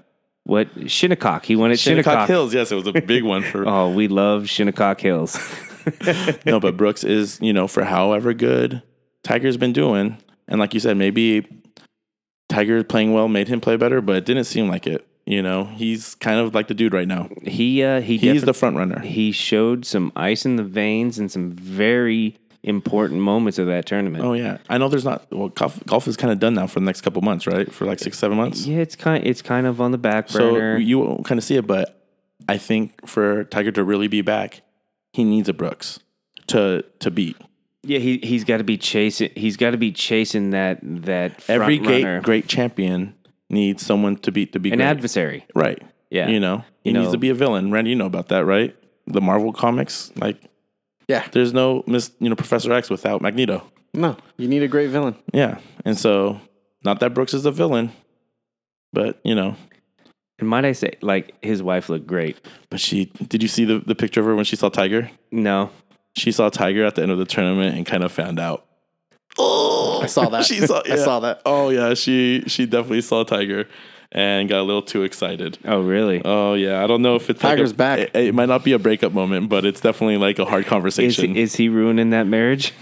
B: What Shinnecock? He won at Shinnecock.
A: Shinnecock Hills. Yes, it was a big one for.
B: Oh, we love Shinnecock Hills.
A: No, but Brooks is, you know, for however good Tiger's been doing. And like you said, maybe Tiger playing well made him play better, but it didn't seem like it. You know, he's kind of like the dude right now.
B: he uh, he
A: He's
B: defi-
A: the front runner.
B: he showed some ice in the veins and some very important moments of that tournament.
A: Oh, yeah. I know there's not, well, golf, golf is kind of done now for the next couple months, right? For like six, seven months.
B: Yeah, it's kind it's kind of on the back
A: So
B: burner.
A: you won't kind of see it, but I think for Tiger to really be back, he needs a Brooks to to beat.
B: Yeah, he he's got to be chasing. He's got to be chasing that that front
A: Every
B: runner.
A: great, great champion needs someone to beat to be
B: an
A: great.
B: adversary.
A: right.
B: Yeah.
A: You know, he
B: You
A: needs
B: know.
A: to be a villain. Randy, you know about that, right? The Marvel comics, like
C: Yeah.
A: there's no Miss, you know, Professor X without Magneto.
C: No, you need a great villain.
A: Yeah, and so not that Brooks is a villain, but you know,
B: And might I say, like his wife looked great.
A: but she did you see the, the picture of her when she saw Tiger?
B: No,
A: She saw Tiger at the end of the tournament and kind of found out. Oh,
C: I saw that.
A: she saw. Yeah.
C: I saw that.
A: Oh yeah, she she definitely saw Tiger and got a little too excited.
B: oh really?
A: Oh yeah, I don't know if it's like
C: Tiger's
A: a-
C: back.
A: It, it might not be a breakup moment, but it's definitely like a hard
B: is
A: conversation.
B: is he ruining that marriage?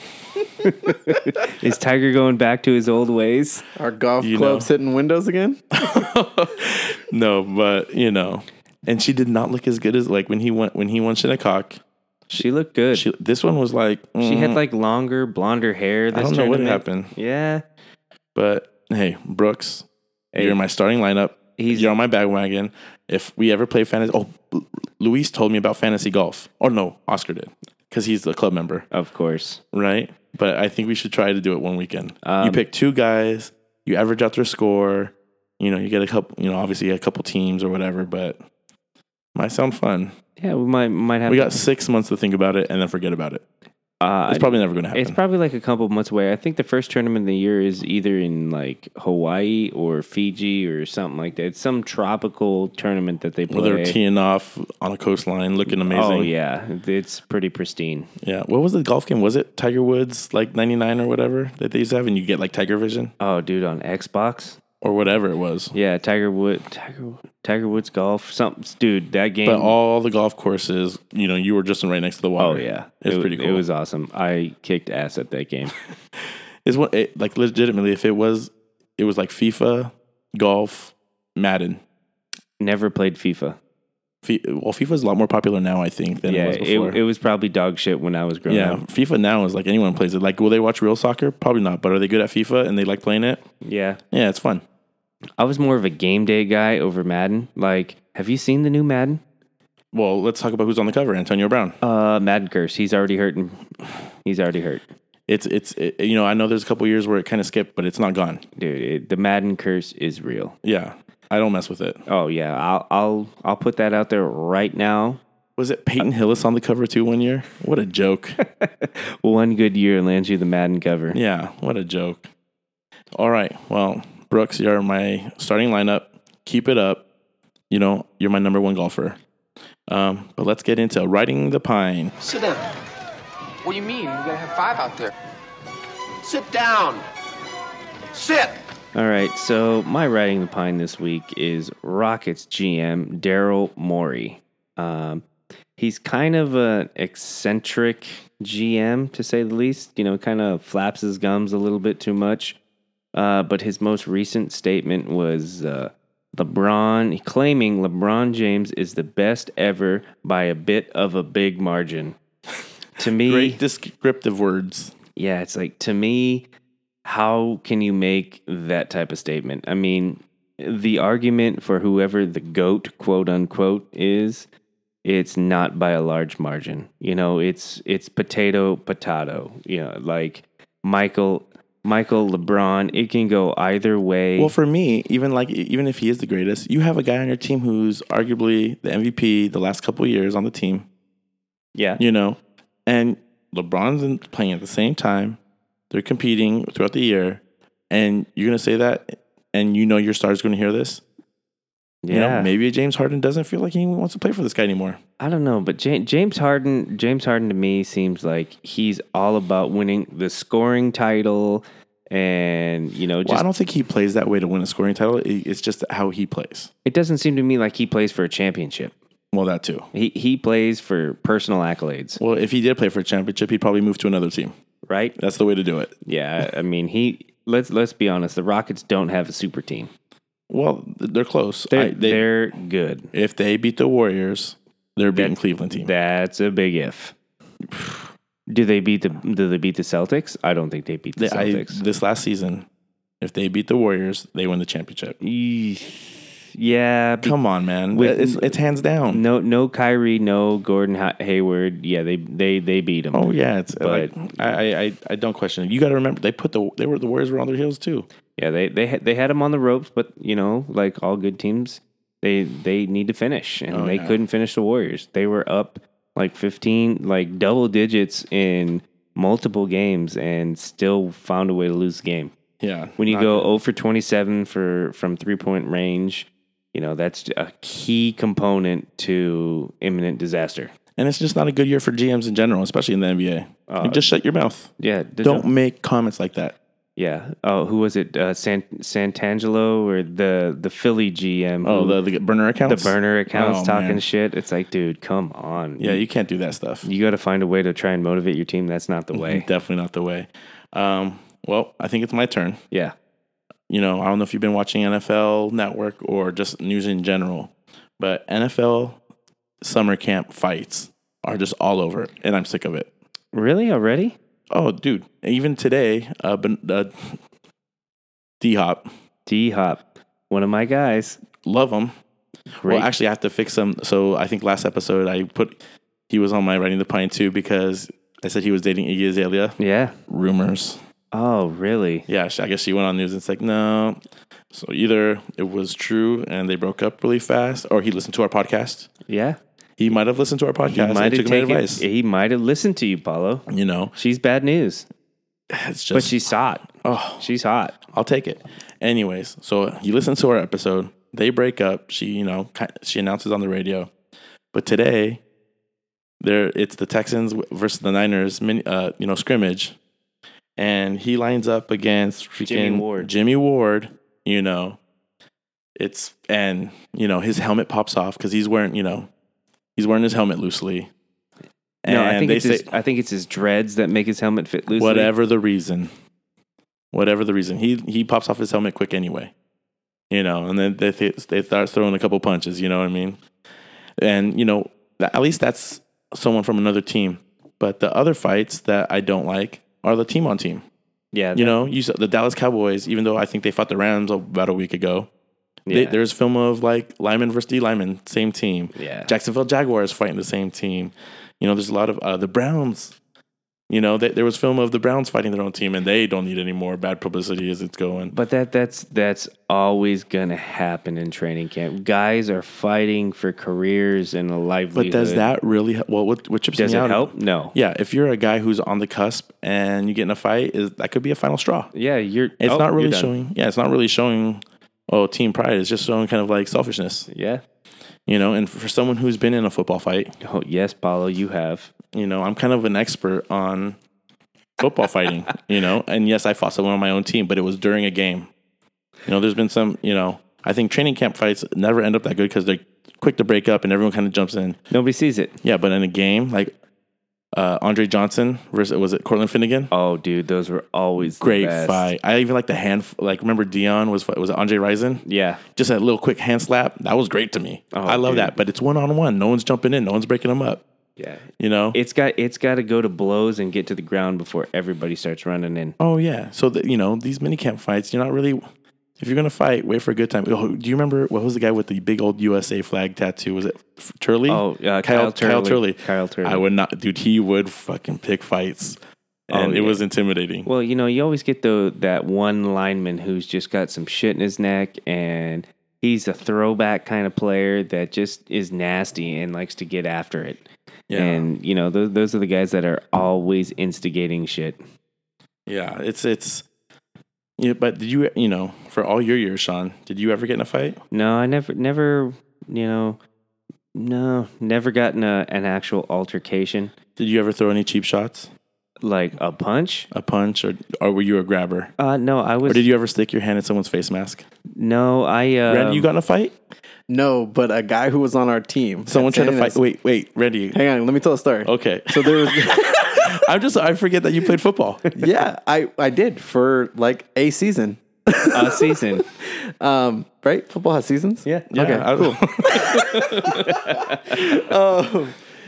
B: is Tiger going back to his old ways?
C: Our golf
A: You
C: clubs
A: know.
C: hitting windows again?
A: no, but you know, and she did not look as good as like when he went when he won Shinnecock.
B: She looked good. She,
A: She this one was like
B: had
A: mm,
B: like longer, blonder hair. This
A: I don't know what happened,
B: tournament. Yeah,
A: but hey, Brooks,
B: Hey.
A: you're in my starting lineup.
B: he's
A: you're on my bandwagon. If we ever play fantasy, oh, L- Luis told me about fantasy golf. Oh no, Oscar did because he's the club member,
B: of course.
A: right? But I think we should try to do it one weekend. you
B: Um,
A: pick two guys, you average out their score. You know, you get a couple. You know, obviously a couple teams or whatever, but might sound fun.
B: Yeah, we might might have.
A: We got six months to think about it and then forget about it.
B: uh,
A: It's probably never going to happen.
B: It's probably like a couple months away. I think the first tournament of the year is either in like Hawaii or Fiji or something like that. It's some tropical tournament that they play.
A: Where they're teeing off on a coastline, looking amazing.
B: Oh yeah, it's pretty pristine.
A: Yeah. What was the golf game? Was it Tiger Woods like '99 or whatever that they used to have, and you get like Tiger Vision
B: Oh dude, on Xbox.
A: or whatever it was.
B: Yeah, Tiger Wood, Tiger, Tiger Woods golf. Something, dude. That game.
A: But all the golf courses, you know, you were just right next to the
B: oh
A: water.
B: yeah,
A: it's
B: it,
A: pretty
B: It
A: cool.
B: was awesome. I kicked ass at that game.
A: It's what it, like legitimately, if it was, it was like FIFA, golf, Madden.
B: Never played FIFA.
A: Fi- well, FIFA's a lot more popular now, I think, than
B: yeah,
A: it was before.
B: it, it was probably dog shit when I was growing
A: yeah,
B: up.
A: FIFA now is like anyone plays it. Like, will they watch real soccer? Probably not. But are they good at FIFA and they like playing it?
B: Yeah,
A: Yeah, it's fun.
B: I was more of a game day guy over Madden. Like, have you seen the new Madden?
A: Well, let's talk about who's on the cover. Antonio Brown.
B: Uh, Madden curse. He's already hurting. He's already hurt,
A: It's it's it, you know I know there's a couple years where it kind of skipped, but it's not gone.
B: dude. It, the Madden curse is real.
A: Yeah, I don't mess with it.
B: Oh yeah, I'll I'll I'll put that out there right now.
A: Was it Peyton Hillis on the cover too one year? What a joke.
B: One good year lands you the Madden cover.
A: yeah, what a joke. All right. Well, Brooks, you're my starting lineup. Keep it up. You know, you're my number one golfer. Um, but let's get into riding the pine.
D: Sit down.
E: What do you mean? You gotta have five out there.
D: Sit down. Sit.
B: All right, so my riding the pine this week is Rockets GM Daryl Morey. Um, he's kind of an eccentric GM to say the least. You know, kind of flaps his gums a little bit too much. Uh, but his most recent statement was uh, LeBron claiming LeBron James is the best ever by a bit of a big margin. To me,
A: Great descriptive words.
B: yeah, it's like to me, how can you make that type of statement? I mean, the argument for whoever the goat, quote unquote, is, it's not by a large margin. You know, it's it's potato potato. You know, like Michael Michael LeBron, it can go either way.
A: Well, for me, even like e, even if he is the greatest, you have a guy on your team who's arguably the MVP the last couple years on the team.
B: yeah.
A: you know, and LeBron's in- playing at the same time. They're competing throughout the year, and you're gonna say that, and you know your star's gonna hear this.
B: yeah.
A: You know, maybe James Harden doesn't feel like he wants to play for this guy anymore.
B: I don't know, but Ja- James Harden, James Harden to me seems like he's all about winning the scoring title, and you know, just
A: well, I don't think he plays that way to win a scoring title. It- It's just how he plays.
B: it doesn't seem to me like he plays for a championship.
A: Well, that too.
B: He he plays for personal accolades,
A: Well, if he did play for a championship, he'd probably move to another team.
B: right?
A: That's the way to do it.
B: Yeah, I I mean he. Let's let's be honest. The Rockets don't have a super team.
A: Well, th- they're close.
B: They're,
A: I- they-
B: they're good.
A: if they beat the Warriors, they're beating Cleveland team.
B: That's a big if. Do they beat the Do they beat the Celtics? I don't think they beat the
A: They- I-
B: Celtics.
A: this last season, if they beat the Warriors, they win the championship.
B: Eesh. yeah, be-
A: Come on, man.
B: With-
A: it's, it's hands down.
B: no, no Kyrie, no Gordon Ha- Hayward. Yeah, they they they beat him.
A: Oh yeah, it's
B: But-
A: like, I, I- I I don't question it. You got to remember they put the they were the Warriors were on their heels too.
B: yeah, they they had- they had him on the ropes, but you know, like all good teams, they they need to finish, and
A: Oh,
B: they
A: yeah.
B: couldn't finish the Warriors. They were up like fifteen, like double digits in multiple games, and still found a way to lose the game.
A: Yeah,
B: When you
A: Not-
B: go 0 for 27 for from three point range, you know that's a key component to imminent disaster.
A: and it's just not a good year for GMs in general, especially in the NBA. Like, just shut your mouth.
B: Yeah, the-
A: Don't make comments like that.
B: Yeah. Oh, who was it? Uh, San Santangelo or the the Philly GM?
A: Oh,
B: who-
A: the, the burner
B: the
A: accounts,
B: burner accounts
A: Oh,
B: talking
A: man.
B: shit. It's like, dude, come on.
A: Yeah, you can't do that stuff.
B: you got to find a way to try and motivate your team. That's not the way.
A: Definitely not the way. Um, well, I think it's my turn.
B: yeah.
A: you know, I don't know if you've been watching NFL Network or just news in general, but NFL summer camp fights are just all over, and I'm sick of it.
B: Really already?
A: Oh, dude! Even today, uh, ben, uh, D Hop,
B: D Hop, one of my guys.
A: love him.
B: Great.
A: Well, actually, I have to fix him. So I think last episode I put he was on my writing the pine too because I said he was dating Iggy Azalea.
B: yeah.
A: Rumors.
B: Oh, really?
A: yeah, she, I guess she went on news and it's like, no. So either it was true and they broke up really fast, or he listened to our podcast.
B: Yeah.
A: He might have listened to our podcast and took my
B: taken-
A: advice.
B: He might have listened to you, Paulo.
A: you know,
B: She's bad news,
A: it's just,
B: but she's hot.
A: oh,
B: She's hot.
A: I'll take it. Anyways, so he listens to our episode. They break up. She, you know, ki- she announces on the radio. But today, there it's the Texans w- versus the Niners, min- uh, you know, scrimmage, and he lines up against freaking
B: Jimmy Ward.
A: Jimmy Ward, you know, it's and you know his helmet pops off because he's wearing, you know, he's wearing his helmet loosely. And
B: no, I think
A: they
B: it's
A: say
B: his, I think it's his dreads that make his helmet fit loosely.
A: whatever the reason, whatever the reason, he he pops off his helmet quick anyway, you know, and then they th- they start throwing a couple punches, you know what I mean, and you know tha- at least that's someone from another team, but the other fights that I don't like are the team on team,
B: Yeah.
A: you know, you saw the Dallas Cowboys, even though I think they fought the Rams about a week ago. They,
B: Yeah.
A: there's film of like Lyman versus D Lyman, same team.
B: Yeah.
A: Jacksonville Jaguars fighting the same team. You know, there's a lot of uh, the Browns. You know, th- there was film of the Browns fighting their own team, and they don't need any more bad publicity as it's going.
B: But that that's that's always gonna happen in training camp. Guys are fighting for careers and a
A: But
B: livelihood.
A: does that really help? Well, what, what chips
B: does
A: me
B: it
A: out?
B: help? No.
A: Yeah, if you're a guy who's on the cusp and you get in a fight, is that could be a final straw.
B: Yeah, you're.
A: It's
B: oh,
A: not really
B: you're done.
A: showing. Yeah, it's not really showing. Oh, team pride. It's just showing kind of like selfishness,
B: Yeah.
A: you know. And for someone who's been in a football fight,
B: Oh yes, Paulo, you have.
A: you know, I'm kind of an expert on football fighting, you know. And yes, I fought someone on my own team, but it was during a game. You know, there's been some, you know, I think training camp fights never end up that good because they're quick to break up and everyone kind of jumps in.
B: Nobody sees it.
A: Yeah, but in a game like uh, Andre Johnson versus was it Cortland Finnegan?
B: Oh, dude, those were always the
A: Great
B: best.
A: fight. I even like the hand. Like remember Dion was was it Andre Rison?
B: Yeah.
A: Just that little quick hand slap. That was great to me.
B: Oh,
A: I love
B: dude.
A: that. But it's one on one. No one's jumping in. No one's breaking them up.
B: Yeah.
A: You know.
B: It's got it's got to go to blows and get to the ground before everybody starts running in.
A: Oh yeah. So the, you know these mini camp fights, you're not really. If you're gonna fight, wait for a good time. Oh, do you remember what was the guy with the big old USA flag tattoo? Was it F- Turley?
B: Oh, uh, Kyle Turley. Kyle Turley.
A: I would not, dude. He would fucking pick fights, and
B: Oh,
A: it
B: yeah.
A: was intimidating.
B: Well, you know, you always get the that one lineman who's just got some shit in his neck and he's a throwback kind of player that just is nasty and likes to get after it.
A: yeah,
B: And you know, those those are the guys that are always instigating shit.
A: yeah. It's it's. Yeah, but did you you know for all your years, Sean? Did you ever get in a fight?
B: No, I never never, you know, no, never gotten a, an actual altercation
A: Did you ever throw any cheap shots,
B: like a punch.
A: a punch, or or were you a grabber?
B: Uh no, I was
A: Or did you ever stick your hand in someone's face mask?
B: No, I uh
A: Randy, you got in a fight?
C: No, but a guy who was on our team.
A: Someone tried
C: That's
A: to fight. Wait,
C: innocent.
A: wait, Randy.
C: Hang on, let me tell a story.
A: Okay.
C: So there was,
A: I'm just I forget that you played football.
C: yeah, I I did for like a season.
B: a season.
C: Um, right? Football has seasons. Yeah.
A: Okay, cool.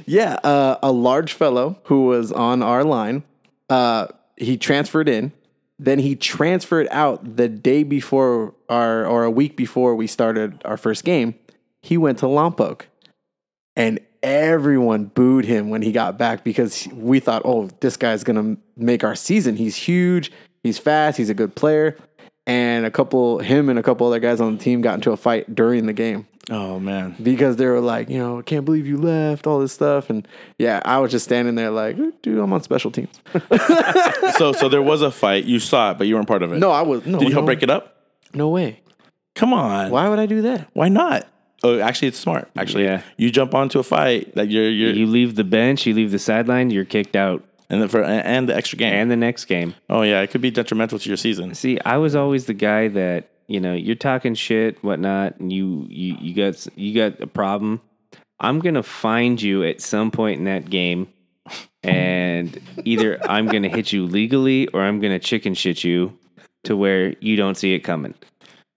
C: Yeah, uh, a large fellow who was on our line, uh, he transferred in. Then he transferred out the day before our or a week before we started our first game. He went to Lompoc. And everyone booed him when he got back because we thought, oh, this guy's gonna make our season. He's huge, he's fast, he's a good player. And a couple him and a couple other guys on the team got into a fight during the game
A: Oh man,
C: because they were like, you know, I can't believe you left, all this stuff. And yeah, I was just standing there like, dude, I'm on special teams.
A: so so there was a fight. You saw it, but you weren't part of it.
C: No, I was no
A: did you help
C: no,
A: break it up?
C: No way.
A: Come on,
C: Why would I do that?
A: Why not? Oh, actually, it's smart. Actually,
B: Yeah.
A: you jump onto a fight that you're you're
B: You leave the bench, you leave the sideline, you're kicked out.
A: and the for and the extra game.
B: And the next game.
A: oh yeah, it could be detrimental to your season.
B: See, I was always the guy that you know you're talking shit, whatnot, and you you you got s- you got a problem. I'm gonna find you at some point in that game, and either I'm gonna hit you legally or I'm gonna chicken shit you to where you don't see it coming.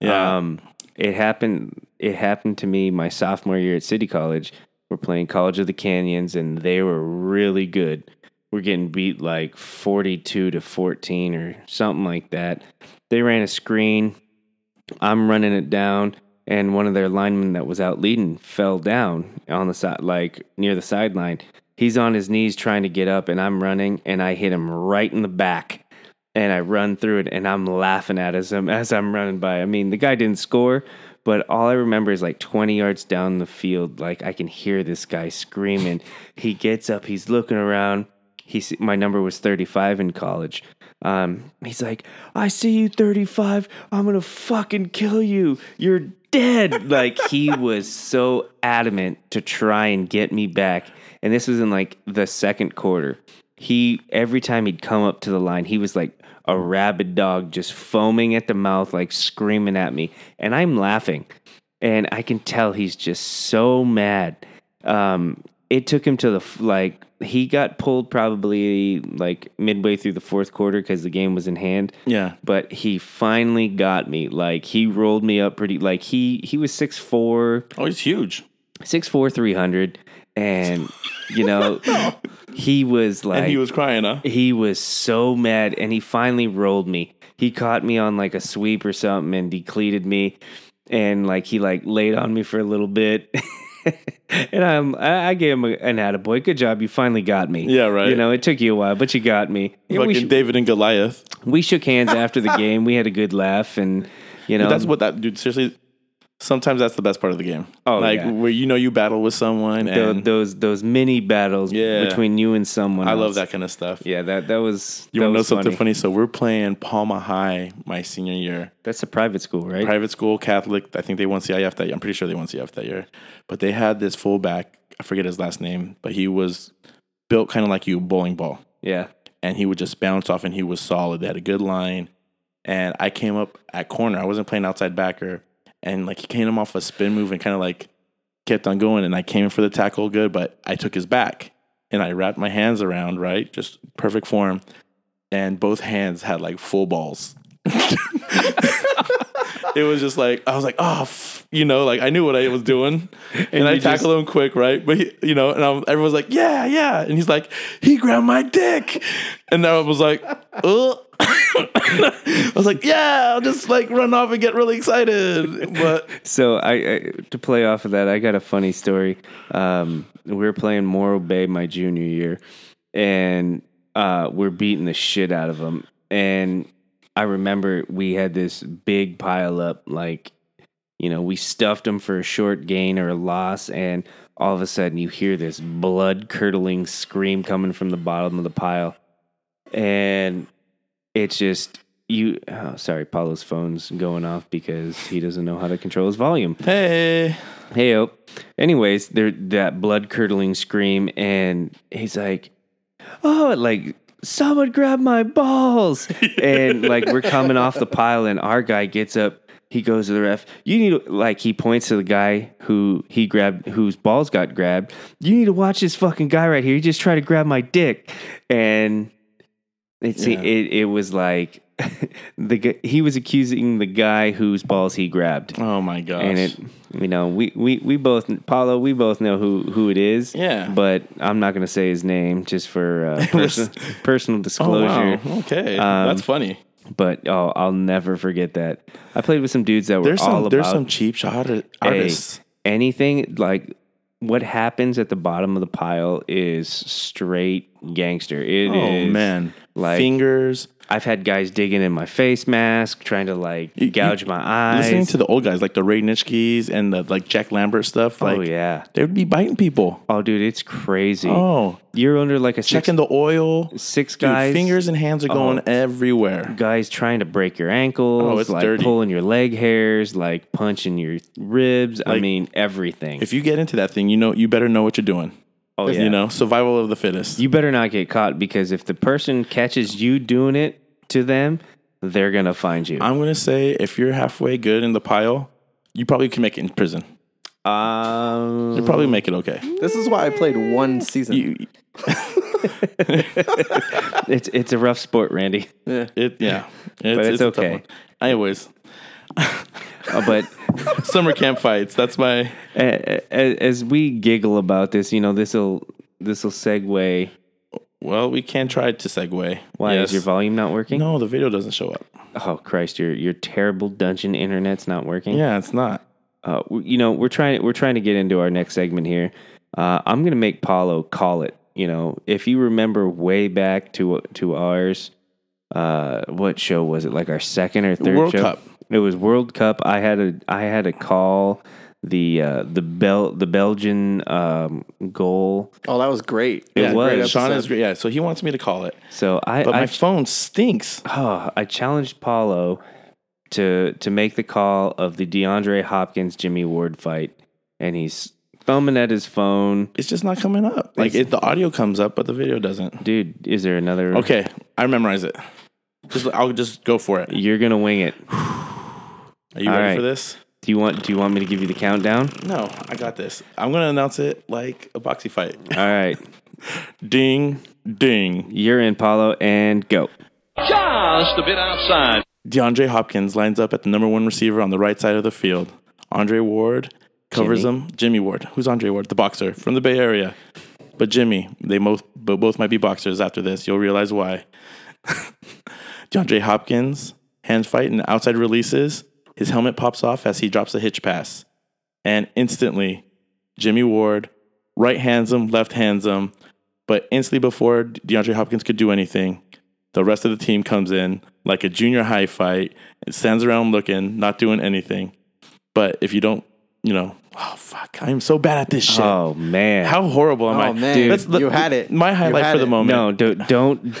A: Yeah,
B: Um, it happened. It happened to me my sophomore year at City College. We're playing College of the Canyons, and they were really good. We're getting beat like forty-two to fourteen or something like that. They ran a screen. I'm running it down, and one of their linemen that was out leading fell down on the side, like near the sideline. He's on his knees trying to get up, and I'm running, and I hit him right in the back and I run through it and I'm laughing at as I'm as I'm running by. I mean, the guy didn't score, but all I remember is like 20 yards down the field, like I can hear this guy screaming. he gets up, he's looking around. He's my number was 35 in college. Um, he's like, "I see you 35. I'm going to fucking kill you. You're dead." like he was so adamant to try and get me back. And this was in like the second quarter he every time he'd come up to the line he was like a rabid dog just foaming at the mouth like screaming at me and i'm laughing and i can tell he's just so mad um it took him to the f- like he got pulled probably like midway through the fourth quarter because the game was in hand
A: yeah.
B: but he finally got me like he rolled me up pretty like he he was six four
A: Oh, he's huge,
B: six four three hundred and you know he was like
A: and he was crying, huh?
B: he was so mad and he finally rolled me. He caught me on like a sweep or something and depleted me and like he like laid on me for a little bit. and I'm I I gave him a, an attaboy. Good job, you finally got me.
A: Yeah, right.
B: You know, it took you a while, but you got me. And
A: Fucking
B: we, sh-
A: David and Goliath.
B: we shook hands after the game. We had a good laugh and you know
A: that's what that dude. Seriously, sometimes that's the best part of the game.
B: Oh,
A: like
B: yeah.
A: where you know you battle with someone,
B: tho-
A: and
B: those those mini battles
A: Yeah.
B: between you and someone.
A: I
B: else.
A: love that kind of stuff.
B: Yeah, that that was
A: You
B: that
A: want to know
B: was
A: something funny? So we're playing Palma High my senior year.
B: That's a private school, right?
A: private school Catholic. I think they won CIF that year. I'm pretty sure they won CIF that year. But they had this fullback. I forget his last name, but he was built kind of like you, bowling ball,
B: Yeah.
A: and he would just bounce off, and he was solid. They had a good line, and I came up at corner. I wasn't playing outside backer, and like he came off a spin move and kind of like kept on going, and I came in for the tackle good, but I took his back and I wrapped my hands around right, just perfect form, and both hands had like full balls. it was just like I was like, oh, f-, you know, like I knew what I was doing, and, I
B: you just-
A: tackled him quick, right? But he, you know, and I'm, everyone's like, yeah, yeah, and he's like, he grabbed my dick, and I was like, ugh. I was like, yeah, I'll just like run off and get really excited, but
B: So I, I to play off of that, I got a funny story. Um, we were playing Morro Bay my junior year, and uh, we're beating the shit out of them. And I remember we had this big pile up, like you know, we stuffed them for a short gain or a loss, and all of a sudden you hear this blood curdling scream coming from the bottom of the pile, and it's just you. Oh, sorry, Paulo's phone's going off because he doesn't know how to control his volume.
A: hey.
B: Hey, oh. Anyways, there that blood curdling scream, and he's like, "Oh, like someone grab my balls!" and like we're coming off the pile, and our guy gets up. He goes to the ref. You need to, like he points to the guy who he grabbed, whose balls got grabbed. You need to watch this fucking guy right here. He just tried to grab my dick, and it's
A: Yeah.
B: it, it was like the gu- he was accusing the guy whose balls he grabbed
A: Oh my gosh.
B: and it you know we we we both Paulo we both know who who it is
A: Yeah.
B: but I'm not gonna say his name just for uh,
A: was-
B: person, personal
A: oh,
B: disclosure
A: wow. Okay.
B: Um,
A: That's funny.
B: But oh, I'll never forget that. I played with some dudes that were
A: There's
B: all
A: some
B: about
A: there's some cheap shot ar-
B: hey,
A: artists.
B: anything like what happens at the bottom of the pile is straight gangster. It
A: oh
B: is-
A: man,
B: like-
A: fingers.
B: I've had guys digging in my face mask, trying to like
A: You- you-
B: gouge my eyes.
A: Listening to the old guys like the Ray Nitschke's and the like Jack Lambert stuff. Like
B: oh yeah.
A: they would be biting people.
B: Oh dude, it's crazy.
A: Oh,
B: You're under like a six,
A: checking the oil.
B: six
A: Dude,
B: guys
A: fingers and hands are going
B: Oh.
A: everywhere.
B: guys trying to break your ankles,
A: Oh, it's
B: like
A: dirty.
B: pulling your leg hairs, like punching your ribs. I
A: Like,
B: mean, everything.
A: If you get into that thing, you know you better know what you're doing.
B: oh, yeah.
A: You know, survival of the fittest.
B: You better not get caught because if the person catches you doing it to them, they're going to find you.
A: I'm gonna say if you're halfway good in the pile, you probably can make it in prison.
B: Um,
A: You probably make it okay.
C: This is why I played one season.
A: Mm. You,
B: it's, it's a rough sport, Randy.
A: it, yeah, it's,
B: it's
A: a tough
B: okay.
A: one. Anyways,
B: Uh, but
A: summer camp fights. That's my
B: a- a- as we giggle about this, you know, this will this will segue.
A: well. We can try to segue.
B: Why
A: Yes.
B: is your volume not working?
A: No, the video doesn't show up.
B: Oh Christ, your your terrible dungeon internet's not working.
A: Yeah, it's not.
B: Uh, w- you know, we're trying we're trying to get into our next segment here. Uh, I'm gonna make Paulo call it. You know, if you remember way back to to ours, uh, what show was it? Like our second or third
A: World
B: show?
A: Cup.
B: It was World Cup. I had a I had to call the uh, the Bel the Belgian um, goal.
C: Oh, that was great.
B: It
A: yeah,
B: was.
A: great. Sean
C: episode.
A: is great. Yeah, so he wants me to call it,
B: So I
A: but
B: I,
A: my phone stinks.
B: oh, I challenged Paulo to to make the call of the DeAndre Hopkins Jimmy Ward fight, and he's thumbing at his phone.
A: It's just not coming up. Like it, the audio comes up, but the video doesn't.
B: Dude, is there another?
A: Okay, I memorize it. Just I'll just go for it.
B: You're gonna wing it.
A: Are you
B: All
A: ready
B: right.
A: for this?
B: Do you want? Do you want me to give you the countdown?
A: No, I got this. I'm gonna announce it like a boxing fight.
B: All right,
A: ding, ding.
B: you're in, Paulo, and go.
F: just a bit outside.
A: DeAndre Hopkins lines up at the number one receiver on the right side of the field. Andre Ward covers
B: Jimmy.
A: him. Jimmy Ward. Who's Andre Ward? The boxer from the Bay Area. But Jimmy, they both but both might be boxers after this. You'll realize why. DeAndre Hopkins, hands fight and outside releases. His helmet pops off as he drops a hitch pass. And instantly, Jimmy Ward right hands him, left hands him. But instantly before DeAndre Hopkins could do anything, the rest of the team comes in like a junior high fight and stands around looking, not doing anything. But if you don't, you know, oh fuck, I am so bad at this shit.
B: Oh man.
A: How horrible am
C: Oh,
A: I?
C: man.
B: Dude.
A: Let's- let-
C: You had it.
A: My
C: You
A: highlight
C: had
A: for the
C: it.
A: moment.
B: No, do, don't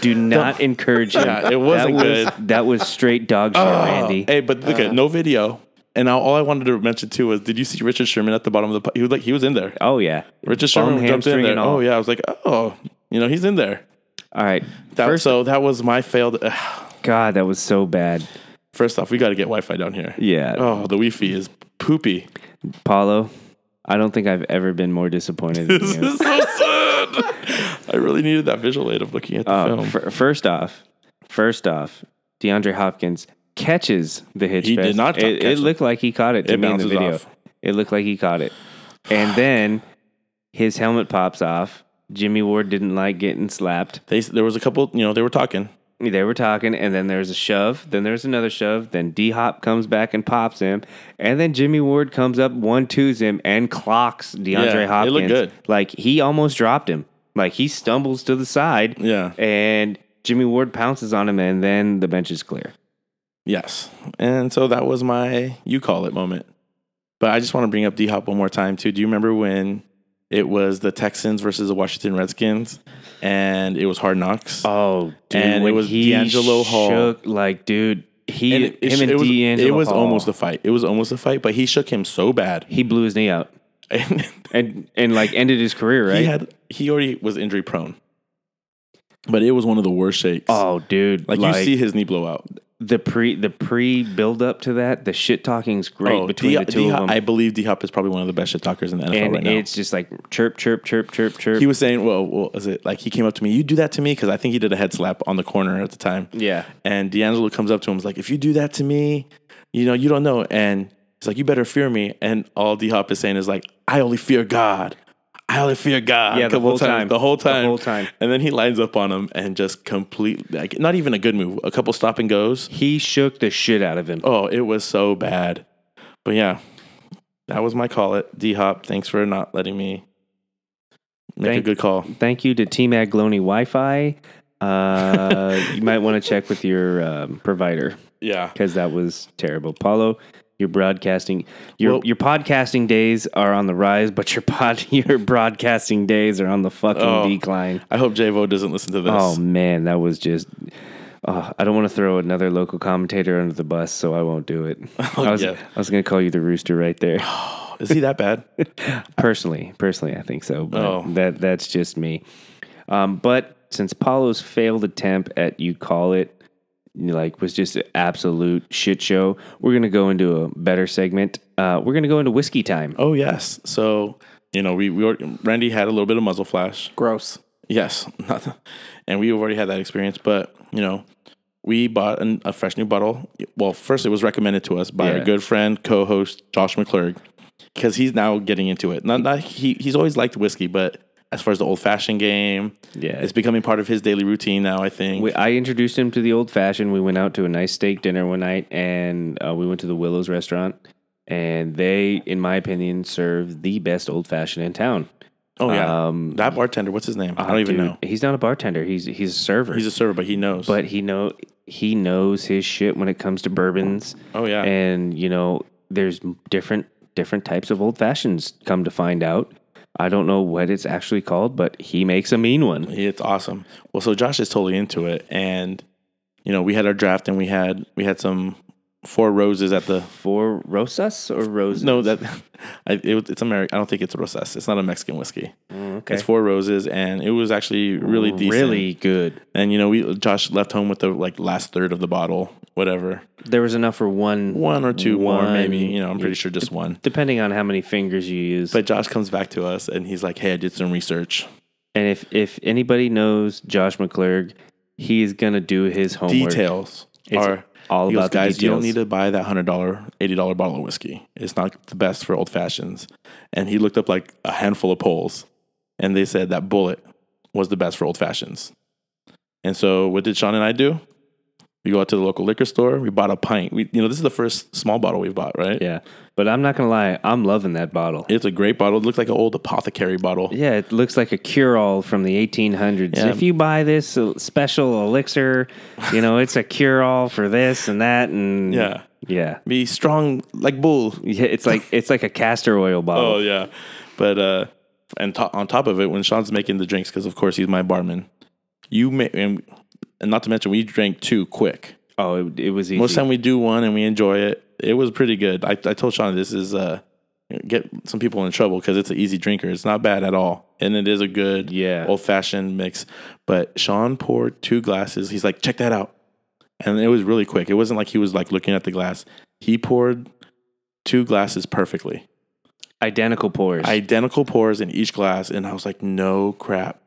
B: do not encourage him.
A: Yeah, it wasn't
B: that
A: good. Oh,
B: Was, that was straight dog shit, Randy.
A: Hey, but
C: Uh-huh.
A: look at no video. And now all I wanted to mention too was, did you see Richard Sherman at the bottom of the? pi- He was like, he was in there.
B: Oh yeah,
A: Richard
B: Bum,
A: Sherman jumped in
B: hamstring,
A: there.
B: and all.
A: Oh yeah, I was like, oh, you know, he's in there.
B: All right.
A: That,
B: First,
A: so that was my failed.
B: God, that was so bad.
A: First off, we got to get Wi-Fi down here.
B: Yeah.
A: Oh, the Wi-Fi is poopy.
B: Paulo, I don't think I've ever been more disappointed than
A: This
B: you.
A: is so sad. I really needed that visual aid of looking at the
B: Uh,
A: film.
B: fir- first off, first off, DeAndre Hopkins catches the hitch.
A: He
B: pass.
A: did not
B: It,
A: catch
B: it looked like he caught it to
A: It
B: me in the
A: bounces
B: video.
A: off.
B: It looked like he caught it, and then his helmet pops off. Jimmy Ward didn't like getting slapped.
A: they, there was a couple. You know, they were talking.
B: They were talking, and then there's a shove. Then there's another shove. Then D Hop comes back and pops him, and then Jimmy Ward comes up, one twos him, and clocks DeAndre
A: it
B: Hopkins.
A: looked good.
B: Like he almost dropped him. Like he stumbles to the side,
A: Yeah.
B: and Jimmy Ward pounces on him, and then the bench is clear.
A: Yes. And so that was my you call it moment. But I just want to bring up D Hop one more time too. Do you remember when it was the Texans versus the Washington Redskins and it was hard knocks?
B: Oh,
A: dude, when he shook,
B: like, dude, he
A: and
B: him and
A: it was,
B: D'Angelo
A: it was
B: Hall,
A: almost a fight. It was almost a fight, but he shook him so bad.
B: he blew his knee out,
A: And
B: and and like ended his career, right?
A: he had he already was injury prone. But it was one of the worst shakes.
B: oh, dude,
A: like, you see his knee blow out.
B: the pre the pre build up to that, the shit talking's great between
A: D-
B: the two
A: D-Hop-
B: of them,
A: Oh, I believe D Hop is probably one of the best shit talkers in the NFL
B: and
A: right now.
B: it's just like chirp chirp chirp chirp chirp.
A: he was saying, "Well, well, is it like he came up to me? You do that to me because I think he did a head slap on the corner at the time."
B: yeah,
A: And D'Angelo comes up to him, is like, "If you do that to me, you know, you don't know." And he's like, "You better fear me." And all D Hop is saying is like, "I only fear God. I only fear God.
B: Yeah,
A: a
B: the
A: couple
B: whole
A: times-
B: time.
A: The whole time.
B: The whole time.
A: And then he lines up on him and just completely, like, not even a good move, a couple stop and goes.
B: He shook the shit out of him.
A: Oh, it was so bad. But yeah, that was my call it. D Hop, thanks for not letting me make
B: Thank-
A: a good call.
B: Thank you to Team Agloni Wi-Fi. Uh, you might want to check with your um, provider
A: Yeah.
B: because that was terrible. Paulo, your broadcasting, your
A: Well-
B: your podcasting days are on the rise, but your pod your broadcasting days are on the fucking
A: Oh.
B: decline.
A: I hope Javo doesn't listen to this.
B: Oh man, that was just. Oh, I don't want to throw another local commentator under the bus, so I won't do it. I was
A: Oh, yeah.
B: I was going to call you the rooster right there.
A: Is he that bad?
B: Personally, personally, I think so. But
A: Oh.
B: that that's just me. Um, but since Paulo's failed attempt at you call it like was just an absolute shit show, we're gonna go into a better segment. Uh, we're gonna go into whiskey time.
A: oh, yes. So, you know, we, we already, Randy had a little bit of muzzle flash.
C: Gross.
A: Yes. Not, and we already had that experience, but, you know, we bought an, a fresh new bottle. Well, first it was recommended to us by
B: Yeah.
A: our good friend, co host, Josh McClurg, because he's now getting into it. Not, not he, He's always liked whiskey, but as far as the old fashioned game,
B: Yeah.
A: it's becoming part of his daily routine now, I think.
B: We, I introduced him to the old fashioned. We went out to a nice steak dinner one night, and uh, we went to the Willows restaurant. And they, in my opinion, serve the best old fashioned in town.
A: oh, yeah.
B: um, uh,
A: that bartender, what's his name? I don't even
B: Dude,
A: know.
B: He's not a bartender. He's he's a server.
A: He's a server, but he knows.
B: but he know he knows his shit when it comes to bourbons.
A: Oh, yeah.
B: and you know there's different different types of old fashions. Come to find out, I don't know what it's actually called, but he makes a mean one.
A: It's awesome. Well, so Josh is totally into it, and you know we had our draft, and we had we had some four roses at the
B: For rosas or roses?
A: no that I, it, was- it's American. I don't think it's rosas. It's not a Mexican whiskey.
B: Mm, okay.
A: It's four roses, and it was actually really decent.
B: really good.
A: and you know we Josh left home with the like last third of the bottle, whatever,
B: There was enough for one,
A: one or two more
B: One.
A: maybe. You know, I'm pretty sure just one.
B: depending on how many fingers you use.
A: But Josh comes back to us, and he's like, "Hey, I did some research."
B: and if if anybody knows Josh McClurg, he's gonna do his homework.
A: details
B: It's
A: are
B: all
A: he goes,
B: about the
A: guys. You don't need
B: details."
A: to buy that hundred dollar, eighty dollar bottle of whiskey. It's not the best for old fashions. And he looked up like a handful of polls, and they said that Bullet was the best for old fashions. And so, what did Sean and I do? We go out to the local liquor store. We bought a pint. We, you know, this is the first small bottle we've bought, right?
B: Yeah, but I'm not gonna lie, I'm loving that bottle.
A: It's a great bottle. It looked like an old apothecary bottle.
B: Yeah, it looks like a cure all from the 1800s.
A: Yeah.
B: If you buy this uh, special elixir, you know, it's a cure all for this and that and
A: Yeah.
B: Yeah.
A: Be strong like bull.
B: Yeah, it's like it's like a castor oil
A: Oh
B: bottle.
A: yeah, but uh, and to- on top of it, when Sean's making the drinks, because of course he's my barman, you may and, and not to mention we drank two quick.
B: Oh, it, it was easy.
A: Most time we do one and we enjoy it. It was pretty good. I, I told Sean this is uh get some people in trouble because it's an easy drinker. It's not bad at all, and it is a good
B: Yeah.
A: old fashioned mix. But Sean poured two glasses. He's like, check that out, and it was really quick. It wasn't like he was like looking at the glass. He poured two glasses perfectly
B: Identical pours.
A: identical pours in each glass and i was like no crap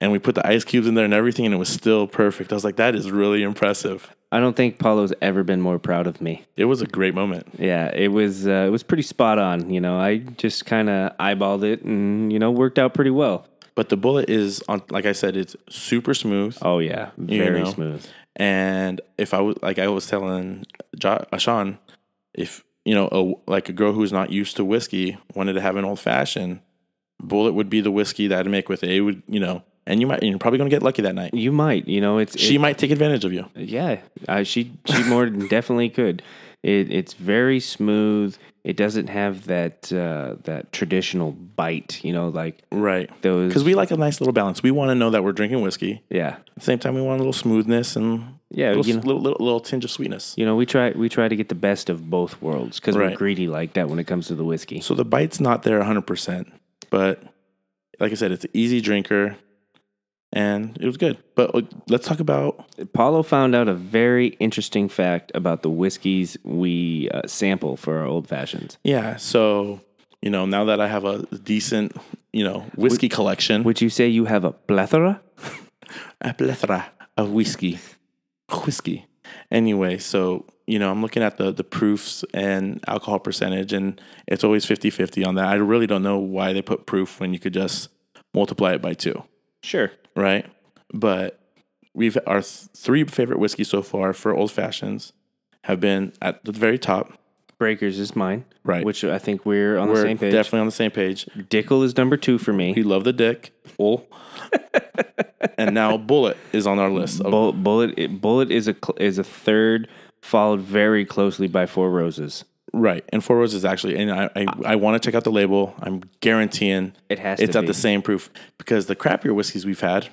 A: and we put the ice cubes in there and everything and it was still perfect i was like that is really impressive
B: I don't think Paulo's ever been more proud of me.
A: it was a great moment
B: Yeah, it was uh, it was pretty spot on. You know, I just kind of eyeballed it and you know worked out pretty well.
A: but the bullet is on like i said it's super smooth
B: Oh yeah, very
A: know.
B: smooth.
A: and if i was like i was telling jo- uh, sean if you know a, like a girl who's not used to whiskey wanted to have an old fashioned bullet would be the whiskey that i'd make with it it would you know and you might you're probably gonna get lucky that night
B: You might, you know, it's
A: she might take advantage of you
B: Yeah, uh, she she more than definitely could. It it's very smooth. It doesn't have that uh, that traditional bite, you know, like
A: right
B: those.
A: because we like a nice little balance we want to know that we're drinking whiskey
B: yeah
A: At the same time, we want a little smoothness and
B: Yeah,
A: little,
B: you know.
A: little, little, little tinge of sweetness.
B: you know we try we try to get the best of both worlds because we're
A: Right.
B: greedy like that when it comes to the whiskey.
A: So the bite's not there 100%, but like I said, it's an easy drinker and it was good. But uh, let's talk about
B: Paulo found out a very interesting fact about the whiskeys we uh, sample for our old fashions,
A: yeah, so you know, now that I have a decent, you know, whiskey collection,
B: Would you say you have a plethora?
A: a plethora of whiskey. Whiskey. Anyway, so you know, I'm looking at the the proofs and alcohol percentage, and it's always 50 50 on that. I really don't know why they put proof when you could just multiply it by two,
B: Sure.
A: right? But we've our th- three favorite whiskeys so far for old fashions have been at the very top,
B: Breakers is mine.
A: Right.
B: Which I think we're on the
A: We're
B: same page.
A: definitely on the same page.
B: Dickel is number two for me.
A: We love the dick. Bull. and now Bullet is on our list. of-
B: Bullet, bullet, it- bullet is a cl- is a third, followed very closely by Four Roses.
A: right. And Four Roses actually. And I, I, I want to check out the label. I'm guaranteeing
B: It has
A: it's
B: to
A: at
B: be.
A: the same proof because the crappier whiskeys we've had,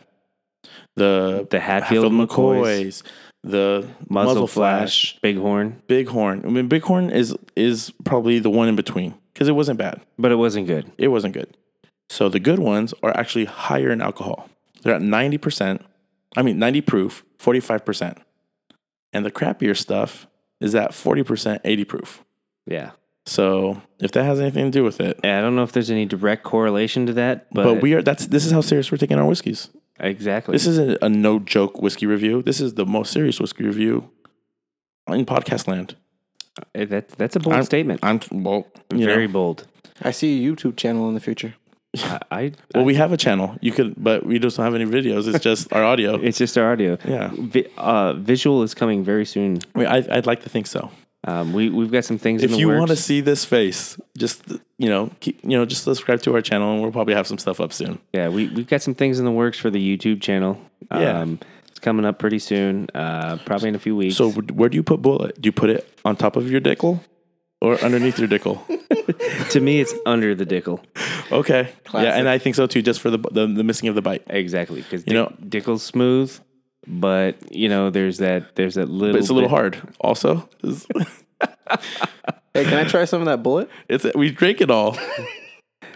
A: the,
B: The Hatfield McCoys.
A: McCoys, the
B: Muzzle,
A: Muzzle,
B: Flash,
A: Flash,
B: Bighorn,
A: Bighorn. I mean, Bighorn is, is probably the one in between because it wasn't bad.
B: but it wasn't good.
A: It wasn't good. So the good ones are actually higher in alcohol. They're at 90%, I mean 90 proof, 45%. And the crappier stuff is at 40%, 80 proof.
B: Yeah.
A: So if that has anything to do with it.
B: And I don't know if there's any direct correlation to that, but,
A: But, we are that's this is how serious we're taking our whiskeys.
B: exactly.
A: This isn't a no joke whiskey review. This is the most serious whiskey review in podcast land.
B: Uh, that, that's a bold
A: I'm-
B: statement.
A: I'm well, you know.
B: Very bold.
C: I see a YouTube channel in the future.
B: I, I
A: well, we have a channel. You could, but we just don't have any videos. It's just our audio.
B: it's just our audio.
A: Yeah.
B: Vi- uh, visual is coming very soon.
A: I mean, I, I'd like to think so.
B: Um, we we've got some things. in
A: if
B: the
A: you want to
B: works.
A: see this face, just you know, keep, you know, just subscribe to our channel, and we'll probably have some stuff up soon.
B: Yeah, we we've got some things in the works for the YouTube channel. Um,
A: Yeah.
B: it's coming up pretty soon. Uh, probably in a few weeks.
A: So, where do you put bullet? Do you put it on top of your dickle or underneath your dickle?
B: to me, it's under the dickle.
A: Okay,
C: Classic.
A: yeah, and I think so too, just for the the, the missing of the bite.
B: Exactly, because
A: You know-
B: dickle's smooth, but you know, there's that there's that little.
A: But it's a little
B: bit-
A: hard. Also, it's,
C: Hey, can I try some of that bullet?
A: it's we drink it all.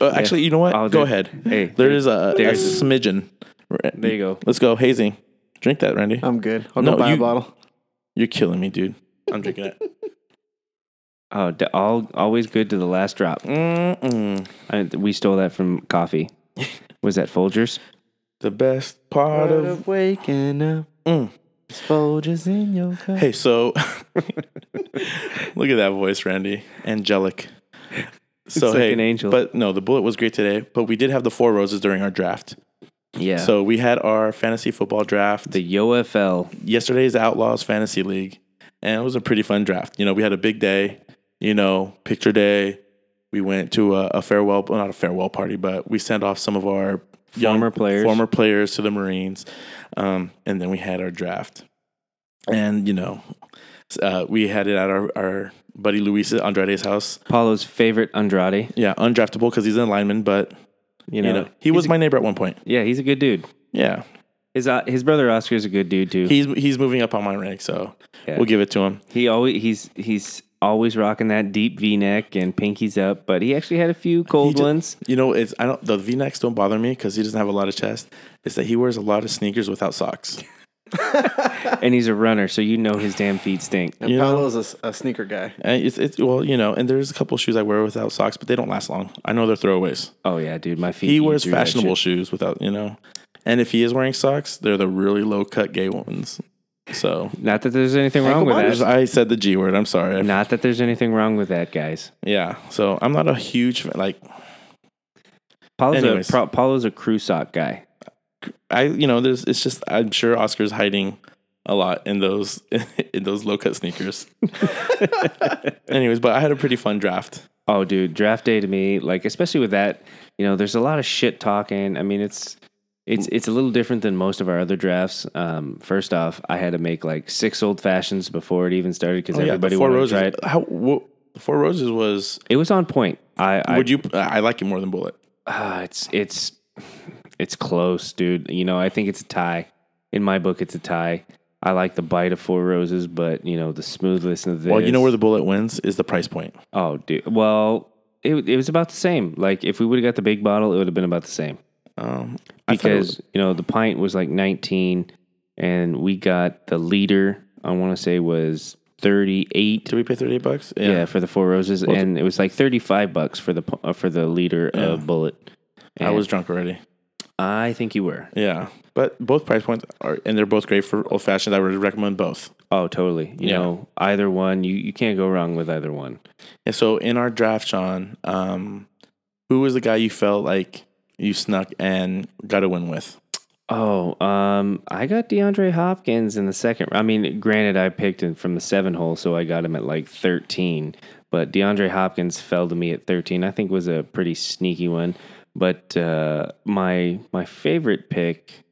A: Uh, Actually, you know what?
B: Oh,
A: go
B: there-
A: ahead.
B: hey,
A: there is a, a
B: there's-
A: smidgen.
B: There you go. Um,
A: Let's go hazing. Drink that, Randy.
C: I'm good. I'll
A: No,
C: go buy
A: you-
C: a bottle.
A: You're killing me, dude. I'm drinking it.
B: Oh, d- all always good to the last drop.
A: Mm. Mm-mm.
B: I, we stole that from coffee. Was that Folgers?
A: The best part
C: Part
A: of
C: of waking up.
A: Mm.
C: It's Folgers in your cup.
A: Hey, so look at that voice, Randy. Angelic. So
B: like
A: hey,
B: an angel.
A: But no, the bullet was great today. But we did have the four roses during our draft.
B: Yeah. So
A: So we had our fantasy football draft.
B: the YoFL.
A: yesterday's Outlaws Fantasy League, and it was a pretty fun draft. You know, we had a big day. You know, picture day. We went to a, a farewell, well, not a farewell party, but we sent off some of our
B: Former players.
A: former players to the Marines, um, and then we had our draft. And you know, uh, we had it at our, our buddy Luis Andrade's house.
B: Paulo's favorite Andrade.
A: Yeah, undraftable because he's an lineman, but
B: You
A: you
B: know,
A: know, he
B: he's
A: was
B: a-
A: my neighbor at one point.
B: yeah, he's a good dude.
A: Yeah,
B: His uh, his brother Oscar's a good dude too. He,
A: he's he's moving up on my rank, so
B: Yeah.
A: we'll give it to him.
B: always he's he's always rocking that deep V neck and pinkies up, but he actually had a few cold
A: He ju-
B: ones.
A: You know, it's I don't the V necks don't bother me because he doesn't have a lot of chest. It's that he wears a lot of sneakers without socks.
B: and he's a runner, so you know his damn feet stink.
C: And
A: you know-
C: Paolo's a s- a, sneaker guy.
A: And it's it's well, you know, and there's a couple shoes I wear without socks, but they don't last long. I know they're throwaways.
B: Oh yeah, dude, my feet.
A: He
B: eat
A: wears
B: through that
A: fashionable
B: shit.
A: shoes without you know, and if he is wearing socks, they're the really low cut gay ones. So
B: Not that there's anything wrong with
A: As
B: that.
A: I said the G word. I'm sorry. I-
B: Not that there's anything wrong with that, guys.
A: Yeah. So I'm not a huge fan. like
B: Paulo's a,
A: Anyways.
B: pro, Paulo's a crew sock guy.
A: I you know there's it's just I'm sure Oscar's hiding a lot in those in those low cut sneakers. Anyways, but I had a pretty fun draft.
B: Oh, dude, draft day to me, like especially with that, you know, there's a lot of shit talking. I mean, it's it's it's a little different than most of our other drafts. Um, first off, I had to make like six old fashions before it even started because
A: Oh, yeah,
B: everybody
A: the four
B: wanted
A: roses.
B: to try it.
A: How wha- the four roses was?
B: It was on point. I, I
A: would you? I like it more than bullet.
B: Ah, it's it's it's close, dude. You know, I think it's a tie. In my book, it's a tie. I like the bite of four roses, but you know the smoothness of this.
A: Well, you know where the bullet wins is the price point.
B: oh, dude. Well, it it was about the same. Like if we would have got the big bottle, it would have been about the same
A: Um, I thought it was-
B: because you know the pint was like nineteen, and we got the liter. I want to say was thirty eight.
A: did we pay thirty eight bucks?
B: Yeah. for the four roses, and it was like thirty five bucks for the pu- uh, for the liter of bullet.
A: I was drunk already.
B: I think you were.
A: Yeah. But both price points are, and they're both great for old fashioned. I would recommend both.
B: Oh, totally. You
A: Yeah.
B: know, either one, you, you can't go wrong with either one.
A: And so in our draft, Sean, um, who was the guy you felt like you snuck and got a win with?
B: Oh, um, I got DeAndre Hopkins in the second. I mean, granted, I picked him from the seven hole, so I got him at like thirteen. But DeAndre Hopkins fell to me at thirteen. I think was a pretty sneaky one. But uh, my my favorite pick,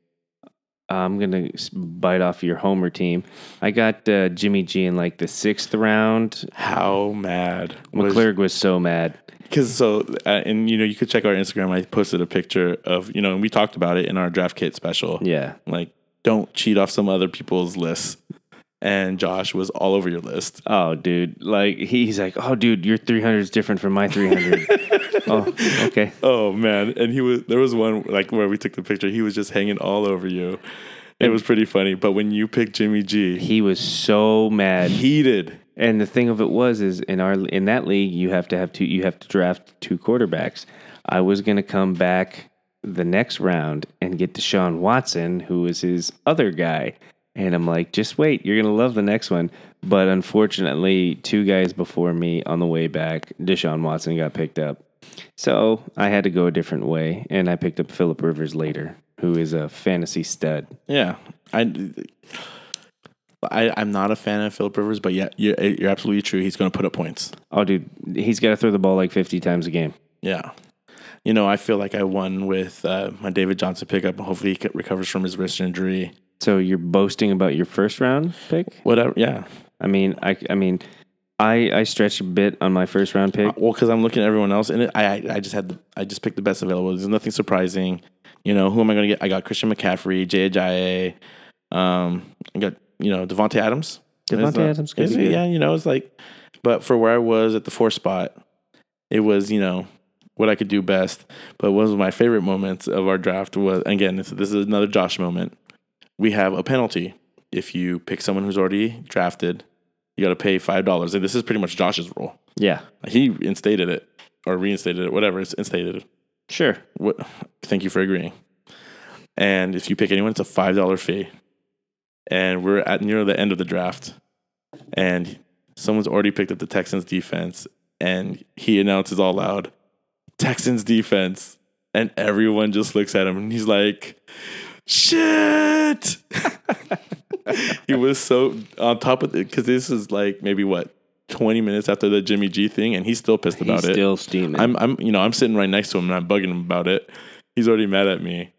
B: I'm gonna s- bite off your homer team. I got uh, Jimmy G in like the sixth round.
A: How mad was
B: McClurg was so mad.
A: Because so, uh, and you know, you could check our Instagram. I posted a picture of, you know, and we talked about it in our draft kit special.
B: Yeah,
A: Like, don't cheat off some other people's lists. And Josh was all over your list.
B: Oh, dude. Like, he's like, oh, dude, your 300 is different from my 300. oh, okay.
A: Oh man! And he was there was one like where we took the picture. He was just hanging all over you. It was pretty funny. But when you picked Jimmy G,
B: He was so mad.
A: heated.
B: And the thing of it was, is in our in that league, you have to have two. You have to draft two quarterbacks. I was going to come back the next round and get Deshaun Watson, who is his other guy. And I'm like, just wait, you're going to love the next one. But unfortunately, two guys before me on the way back, Deshaun Watson got picked up. So I had to go a different way, and I picked up Philip Rivers later, who is a fantasy stud.
A: Yeah, I, I I'm not a fan of Philip Rivers, but yeah, you're, you're absolutely true. He's going to put up points.
B: Oh, dude, he's got to throw the ball like 50 times a game.
A: Yeah. You know, I feel like I won with uh, my David Johnson pickup, and hopefully he c- recovers from his wrist injury.
B: So you're boasting about your first round pick?
A: Whatever. Yeah.
B: I mean, I, I mean, I I stretched a bit on my first round pick.
A: Well, because I'm looking at everyone else, and it, I I- I just had the, I just picked the best available. There's nothing surprising. You know, who am I going to get? I got Christian McCaffrey, Jay Ajayi, um, I got you know Devonte Adams.
B: Devontae
A: It's not-
B: Adams could
A: it's-
B: be good.
A: yeah, you know, it's like, but for where I was at the four spot, it was you know what I could do best. But one of my favorite moments of our draft was again this, this is another Josh moment. We have a penalty if you pick someone who's already drafted. You got to pay five dollars, and this is pretty much Josh's rule.
B: Yeah,
A: He instated it or reinstated it, whatever. It's instated.
B: sure.
A: What? Thank you for agreeing. And if you pick anyone, it's a five dollar fee. And we're at near the end of the draft, and someone's already picked up the Texans defense, and he announces all loud, "Texans defense," and everyone just looks at him, and he's like, "Shit." he was so on top of it because this is like maybe what 20 minutes after the Jimmy G thing, and he's still pissed about
B: He's
A: it.
B: still steaming.
A: I'm, I'm, you know, I'm sitting right next to him and I'm bugging him about it. He's already mad at me,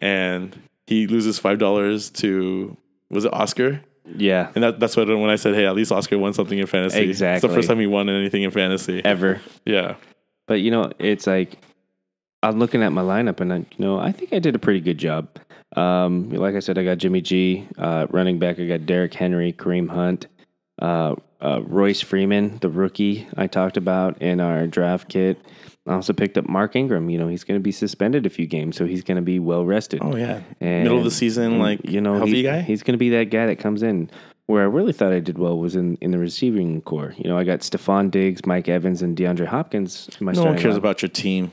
A: and he loses five dollars to was it Oscar?
B: yeah,
A: And that, that's what when I said, hey, at least Oscar won something in fantasy. It's
B: Exactly.
A: the first time he won anything in fantasy.
B: ever.
A: Yeah,
B: But you know, it's like I'm looking at my lineup, and I, you know, I think I did a pretty good job. Um, like I said, I got Jimmy G, uh, running back. I got Derrick Henry, Kareem Hunt, uh, uh, Royce Freeman, the rookie I talked about in our draft kit. I also picked up Mark Ingram. You know, he's going to be suspended a few games, so he's going to be well rested.
A: Oh, yeah.
B: And-
A: Middle of the season, like, healthy
B: he-
A: guy?
B: He's going to be that guy that comes in. Where I really thought I did well was in, in the receiving core. You know, I got Stephon Diggs, Mike Evans, and DeAndre Hopkins. in My
A: no one
B: starting
A: cares
B: lineup.
A: about your team.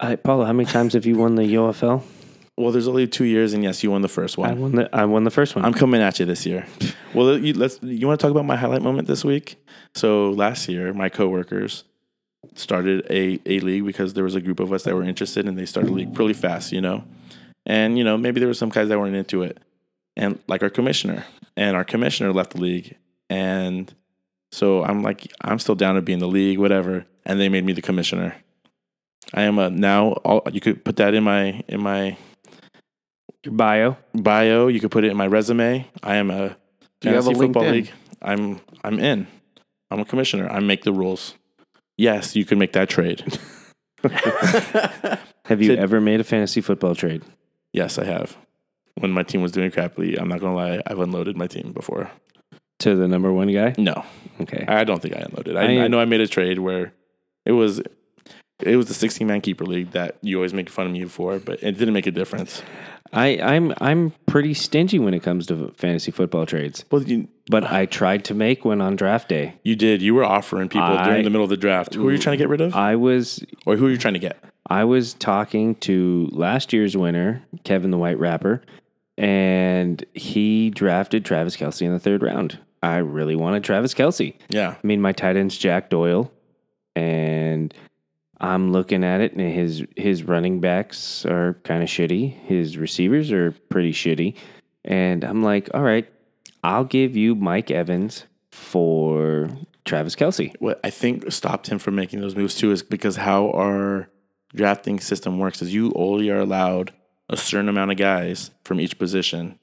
B: Uh, Paulo, how many times have you won the UFL?
A: Well, there's only two years, and yes, you won the first
B: I
A: one.
B: won the I won the first one.
A: I'm coming at you this year. Well, you, let's. You want to talk about my highlight moment this week? So last year, my coworkers started a a league because there was a group of us that were interested, and they started a league really fast, you know. And you know, maybe there were some guys that weren't into it, and like our commissioner, and our commissioner left the league, and so I'm like, I'm still down to be in the league, whatever. And they made me the commissioner. I am a now. All, you could put that in my in my
B: Your bio.
A: bio. You could put it in my resume. I am a
C: Do you have
A: fantasy
C: a
A: football
C: LinkedIn?
A: league. I'm I'm in. I'm a commissioner. I make the rules. Yes, you can make that trade.
B: Have you
A: Did-
B: ever made a fantasy football trade?
A: yes, I have. When my team was doing crappily, I'm not gonna lie, I've unloaded my team before.
B: To the number one guy?
A: No,
B: Okay.
A: I don't think I unloaded. I,
B: I-
A: I, know I made a trade where it was it was the 16 man keeper league that you always make fun of me for, but it didn't make a difference.
B: I, I'm I'm pretty stingy when it comes to fantasy football trades.
A: Well, you
B: But I tried to make one on draft day.
A: you did. You were offering people
B: I-
A: during the middle of the draft. Who are you trying to get rid of,
B: I was
A: or who are you trying to get?
B: I was talking to last year's winner, Kevin the White Rapper, and he drafted Travis Kelsey in the third round. I really wanted Travis Kelsey.
A: Yeah.
B: I mean, my tight end's Jack Doyle, and I'm looking at it, and his his running backs are kind of shitty. His receivers are pretty shitty, and I'm like, all right, I'll give you Mike Evans for Travis Kelsey.
A: What I think stopped him from making those moves too is because how our drafting system works is you only are allowed a certain amount of guys from each position,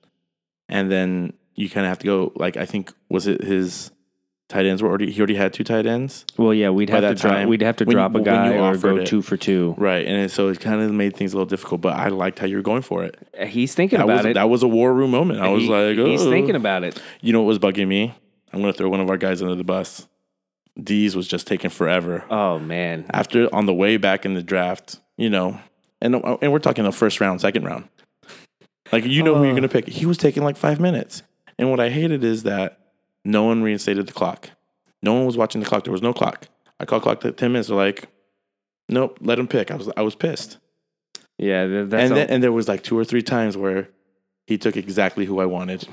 A: and then you kind of have to go like I think was it his tight ends were already he already had two tight ends
B: Well, yeah, we'd
A: By
B: have to
A: that
B: drop,
A: time,
B: we'd have to
A: when you-
B: drop a
A: when you
B: guy or
A: offered
B: go
A: it.
B: two for two.
A: right, and so it kind of made things a little difficult. But I liked how you were going for it.
B: He's thinking
A: That
B: about
A: was
B: it.
A: that was a war room moment. I was
B: He-
A: like, oh.
B: he's thinking about it.
A: You know what was bugging me? I'm gonna throw one of our guys under the bus. D's was just taking forever.
B: Oh man,
A: After on the way back in the draft, you know, and and we're talking the first round, second round. Like you know who you're gonna pick. He was taking like five minutes. And what I hated is that no one reinstated the clock. No one was watching the clock. There was no clock. I called clock at ten minutes. They're like, nope, let him pick. I was I was pissed.
B: yeah, th- that's
A: and
B: all-
A: then, and there was like two or three times where he took exactly who I wanted.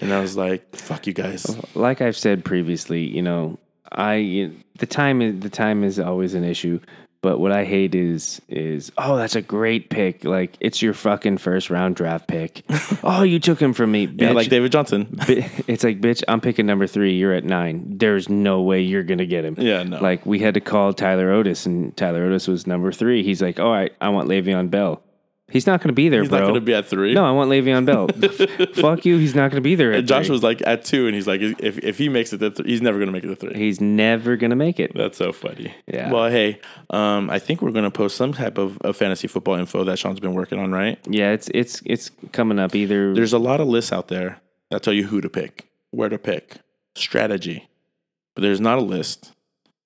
A: and I was like, fuck you guys.
B: like I've said previously, you know, I the time is the time is always an issue. But what I hate is is oh that's a great pick like it's your fucking first round draft pick oh you took him from me bitch.
A: Yeah, like David Johnson.
B: Bi- it's like bitch I'm picking number three you're at nine there's no way you're gonna get him
A: Yeah, no.
B: like we had to call Tyler Otis and Tyler Otis was number three he's like all right I want Le'Veon Bell he's not gonna be there
A: He's
B: bro
A: not going to be at three.
B: no I want Le'Veon Bell fuck you he's not gonna be there at
A: And Josh
B: three.
A: was like at two, and he's like, if, if he makes it, to th- he's never going to make it to three.
B: he's never gonna make it
A: That's so funny.
B: Yeah.
A: Well, hey, um, I think we're going to post some type of, of fantasy football info that Sean's been working on, right?
B: Yeah, it's it's it's coming up. Either
A: There's a lot of lists out there that tell you who to pick, where to pick, strategy. But there's not a list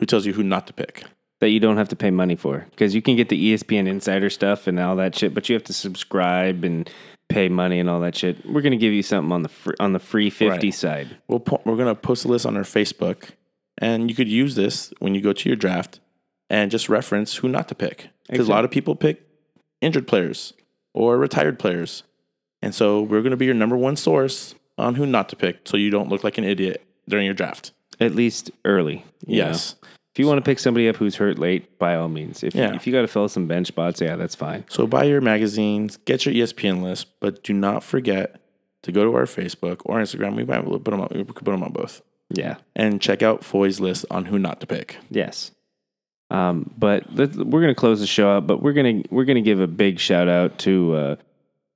A: who tells you who not to pick.
B: that you don't have to pay money for because you can get the E ESPN Insider stuff and all that shit, but you have to subscribe and pay money and all that shit. We're gonna give you something on the fr- on the free fifty
A: Right.
B: side.
A: We'll po- we're going to post a list on our Facebook, and you could use this when you go to your draft and just reference who not to pick. Because a lot of people pick injured players or retired players. And so we're going to be your number one source on who not to pick so you don't look like an idiot during your draft.
B: At least early. you know?
A: Yes.
B: If you want to pick somebody up who's hurt late, by all means. If
A: Yeah.
B: if you got to fill some bench spots, yeah, that's fine.
A: So buy your magazines, get your E ESPN list, but do not forget to go to our Facebook or Instagram. We might put them on, we could put 'em on both.
B: Yeah.
A: And check out Foy's list on who not to pick.
B: Yes. Um, but let, we're going to close the show out, but we're going to we're going to give a big shout out to uh,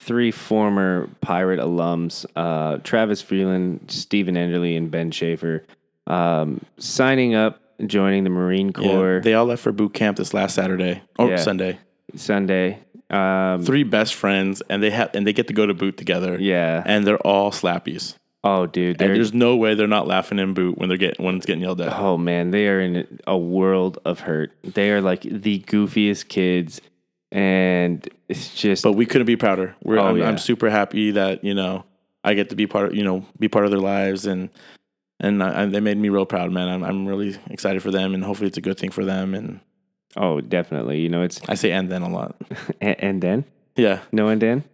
B: three former Pirate alums, uh, Travis Freeland, Stephen Enderly, and Ben Schaefer, um, signing up, joining the Marine Corps
A: Yeah, they all left for boot camp this last Saturday or
B: Yeah.
A: Sunday.
B: Sunday. Um,
A: three best friends and they have and they get to go to boot together.
B: Yeah.
A: And they're all slappies.
B: oh, dude,
A: And
B: they're-
A: there's no way they're not laughing in boot when they're getting when it's getting yelled at.
B: Oh man, they are in a world of hurt. They are like the goofiest kids, and it's just
A: But we couldn't be prouder. We're,
B: Oh,
A: I'm,
B: yeah.
A: I'm super happy that you know I get to be part of you know be part of their lives and and I, I- they made me real proud, man. I'm I'm really excited for them and hopefully it's a good thing for them. And
B: oh, definitely. You know, it's
A: I say and then a lot.
B: and, and then
A: Yeah,
B: no and then.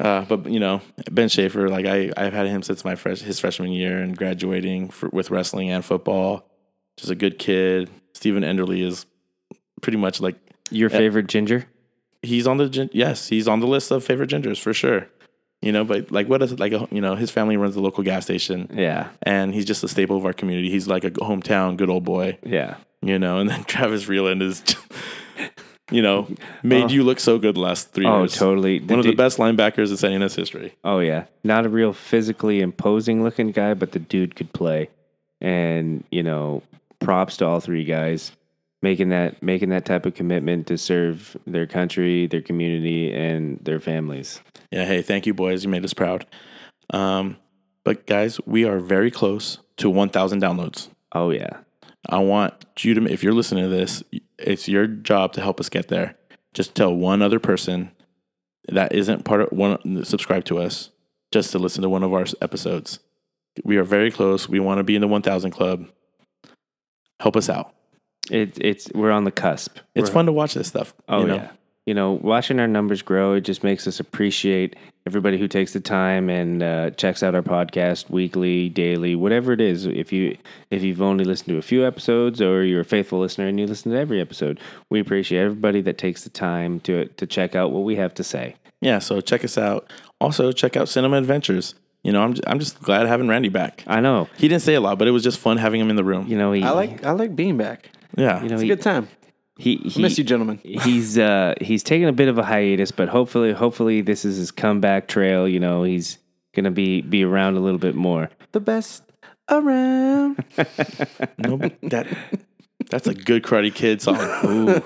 A: uh, but you know Ben Schaefer, like I I've had him since my fresh his freshman year and graduating for, with wrestling and football. Just a good kid. Stephen Enderly is pretty much like
B: Your favorite ginger?
A: he's on the gin- yes, he's on the list of favorite gingers for sure. You know, but like what is it like a, you know his family runs the local gas station
B: Yeah.
A: and he's just a staple of our community. He's like a hometown good old boy,
B: Yeah.
A: you know. And then Travis Reeland is, you know, made you look so good the last three
B: Uh, Oh,
A: years.
B: totally.
A: One of the
B: dude-
A: best linebackers in San Dimas history.
B: Oh, yeah. Not a real physically imposing looking guy, but the dude could play. And, you know, props to all three guys making that making that type of commitment to serve their country, their community, and their families.
A: Yeah, hey, thank you, boys. You made us proud. Um, but guys, we are very close to 1,000 downloads.
B: Oh yeah.
A: I want you to, if you're listening to this, it's your job to help us get there. Just tell one other person that isn't part of one, subscribe to us just to listen to one of our episodes. We are very close. We want to be in the 1000 club. Help us out.
B: It, it's we're on the cusp.
A: It's
B: We're-
A: fun to watch this stuff.
B: Oh
A: you know?
B: yeah. You know, watching our numbers grow, it just makes us appreciate everybody who takes the time and uh, checks out our podcast weekly, daily, whatever it is. If you if you've only listened to a few episodes, or you're a faithful listener and you listen to every episode, we appreciate everybody that takes the time to to check out what we have to say.
A: Yeah, so check us out. Also, check out Cinema Adventures. You know, I'm just, I'm just glad having Randy back.
B: I know,
A: He didn't say a lot, but it was just fun having him in the room.
B: you know, he,
C: I like I like being back.
A: yeah.
B: you know,
C: It's a
B: he,
C: good time.
B: he, he
C: I miss you, gentlemen.
B: he's uh he's taking a bit of a hiatus, but hopefully, hopefully, this is his comeback trail. You know, he's gonna be be around a little bit more.
C: The best around.
A: Nope, that that's a good Karate Kid song. Ooh,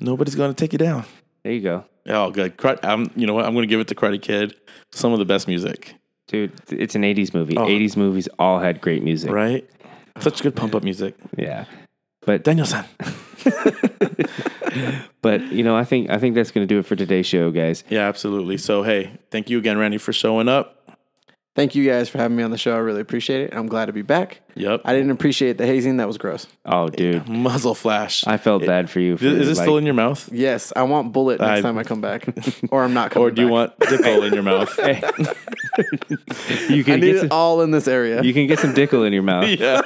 A: nobody's gonna take you down.
B: There you go.
A: Oh, good. Kar- I'm, you know what? I'm gonna give it to Karate Kid. Some of the best music,
B: Dude, it's an 80s movie.
A: Oh.
B: 80s movies all had great music.
A: right? Such good pump up music.
B: Yeah. But
A: Danielson.
B: but you know, I think I think that's going to do it for today's show, guys.
A: Yeah, absolutely. So hey, thank you again, Randy, for showing up.
C: Thank you guys for having me on the show. I really appreciate it. I'm glad to be back.
A: Yep.
C: I didn't appreciate the hazing. That was gross.
B: Oh, dude.
A: Muzzle flash.
B: I felt bad for you. For,
A: is this
B: like-
A: still in your mouth,
C: Yes, I want bullet next
A: I-
C: time I come back, or I'm not coming.
A: or do you
C: back.
A: want dickle in your mouth?
B: you
C: I
B: can
C: need
B: get
C: it
B: some,
C: all in this area.
B: you can get some dickle in your mouth.
A: yeah.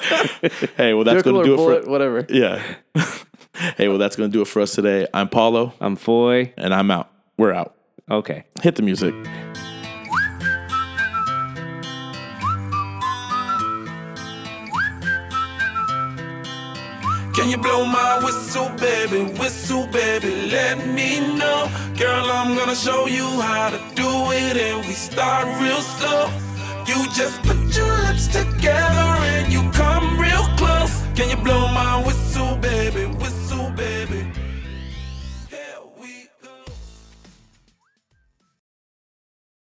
A: Hey, well that's
C: Circle
A: gonna
C: or
A: do it
C: bullet,
A: for
C: whatever.
A: yeah. hey, well that's gonna do it for us today. I'm Paulo,
B: I'm Foy.
A: and I'm out. We're out.
B: Okay.
A: Hit the music.
G: Can you blow my whistle, baby? Whistle, baby, let me know. Girl, I'm gonna show you how to do it, and we start real slow. You just put your lips together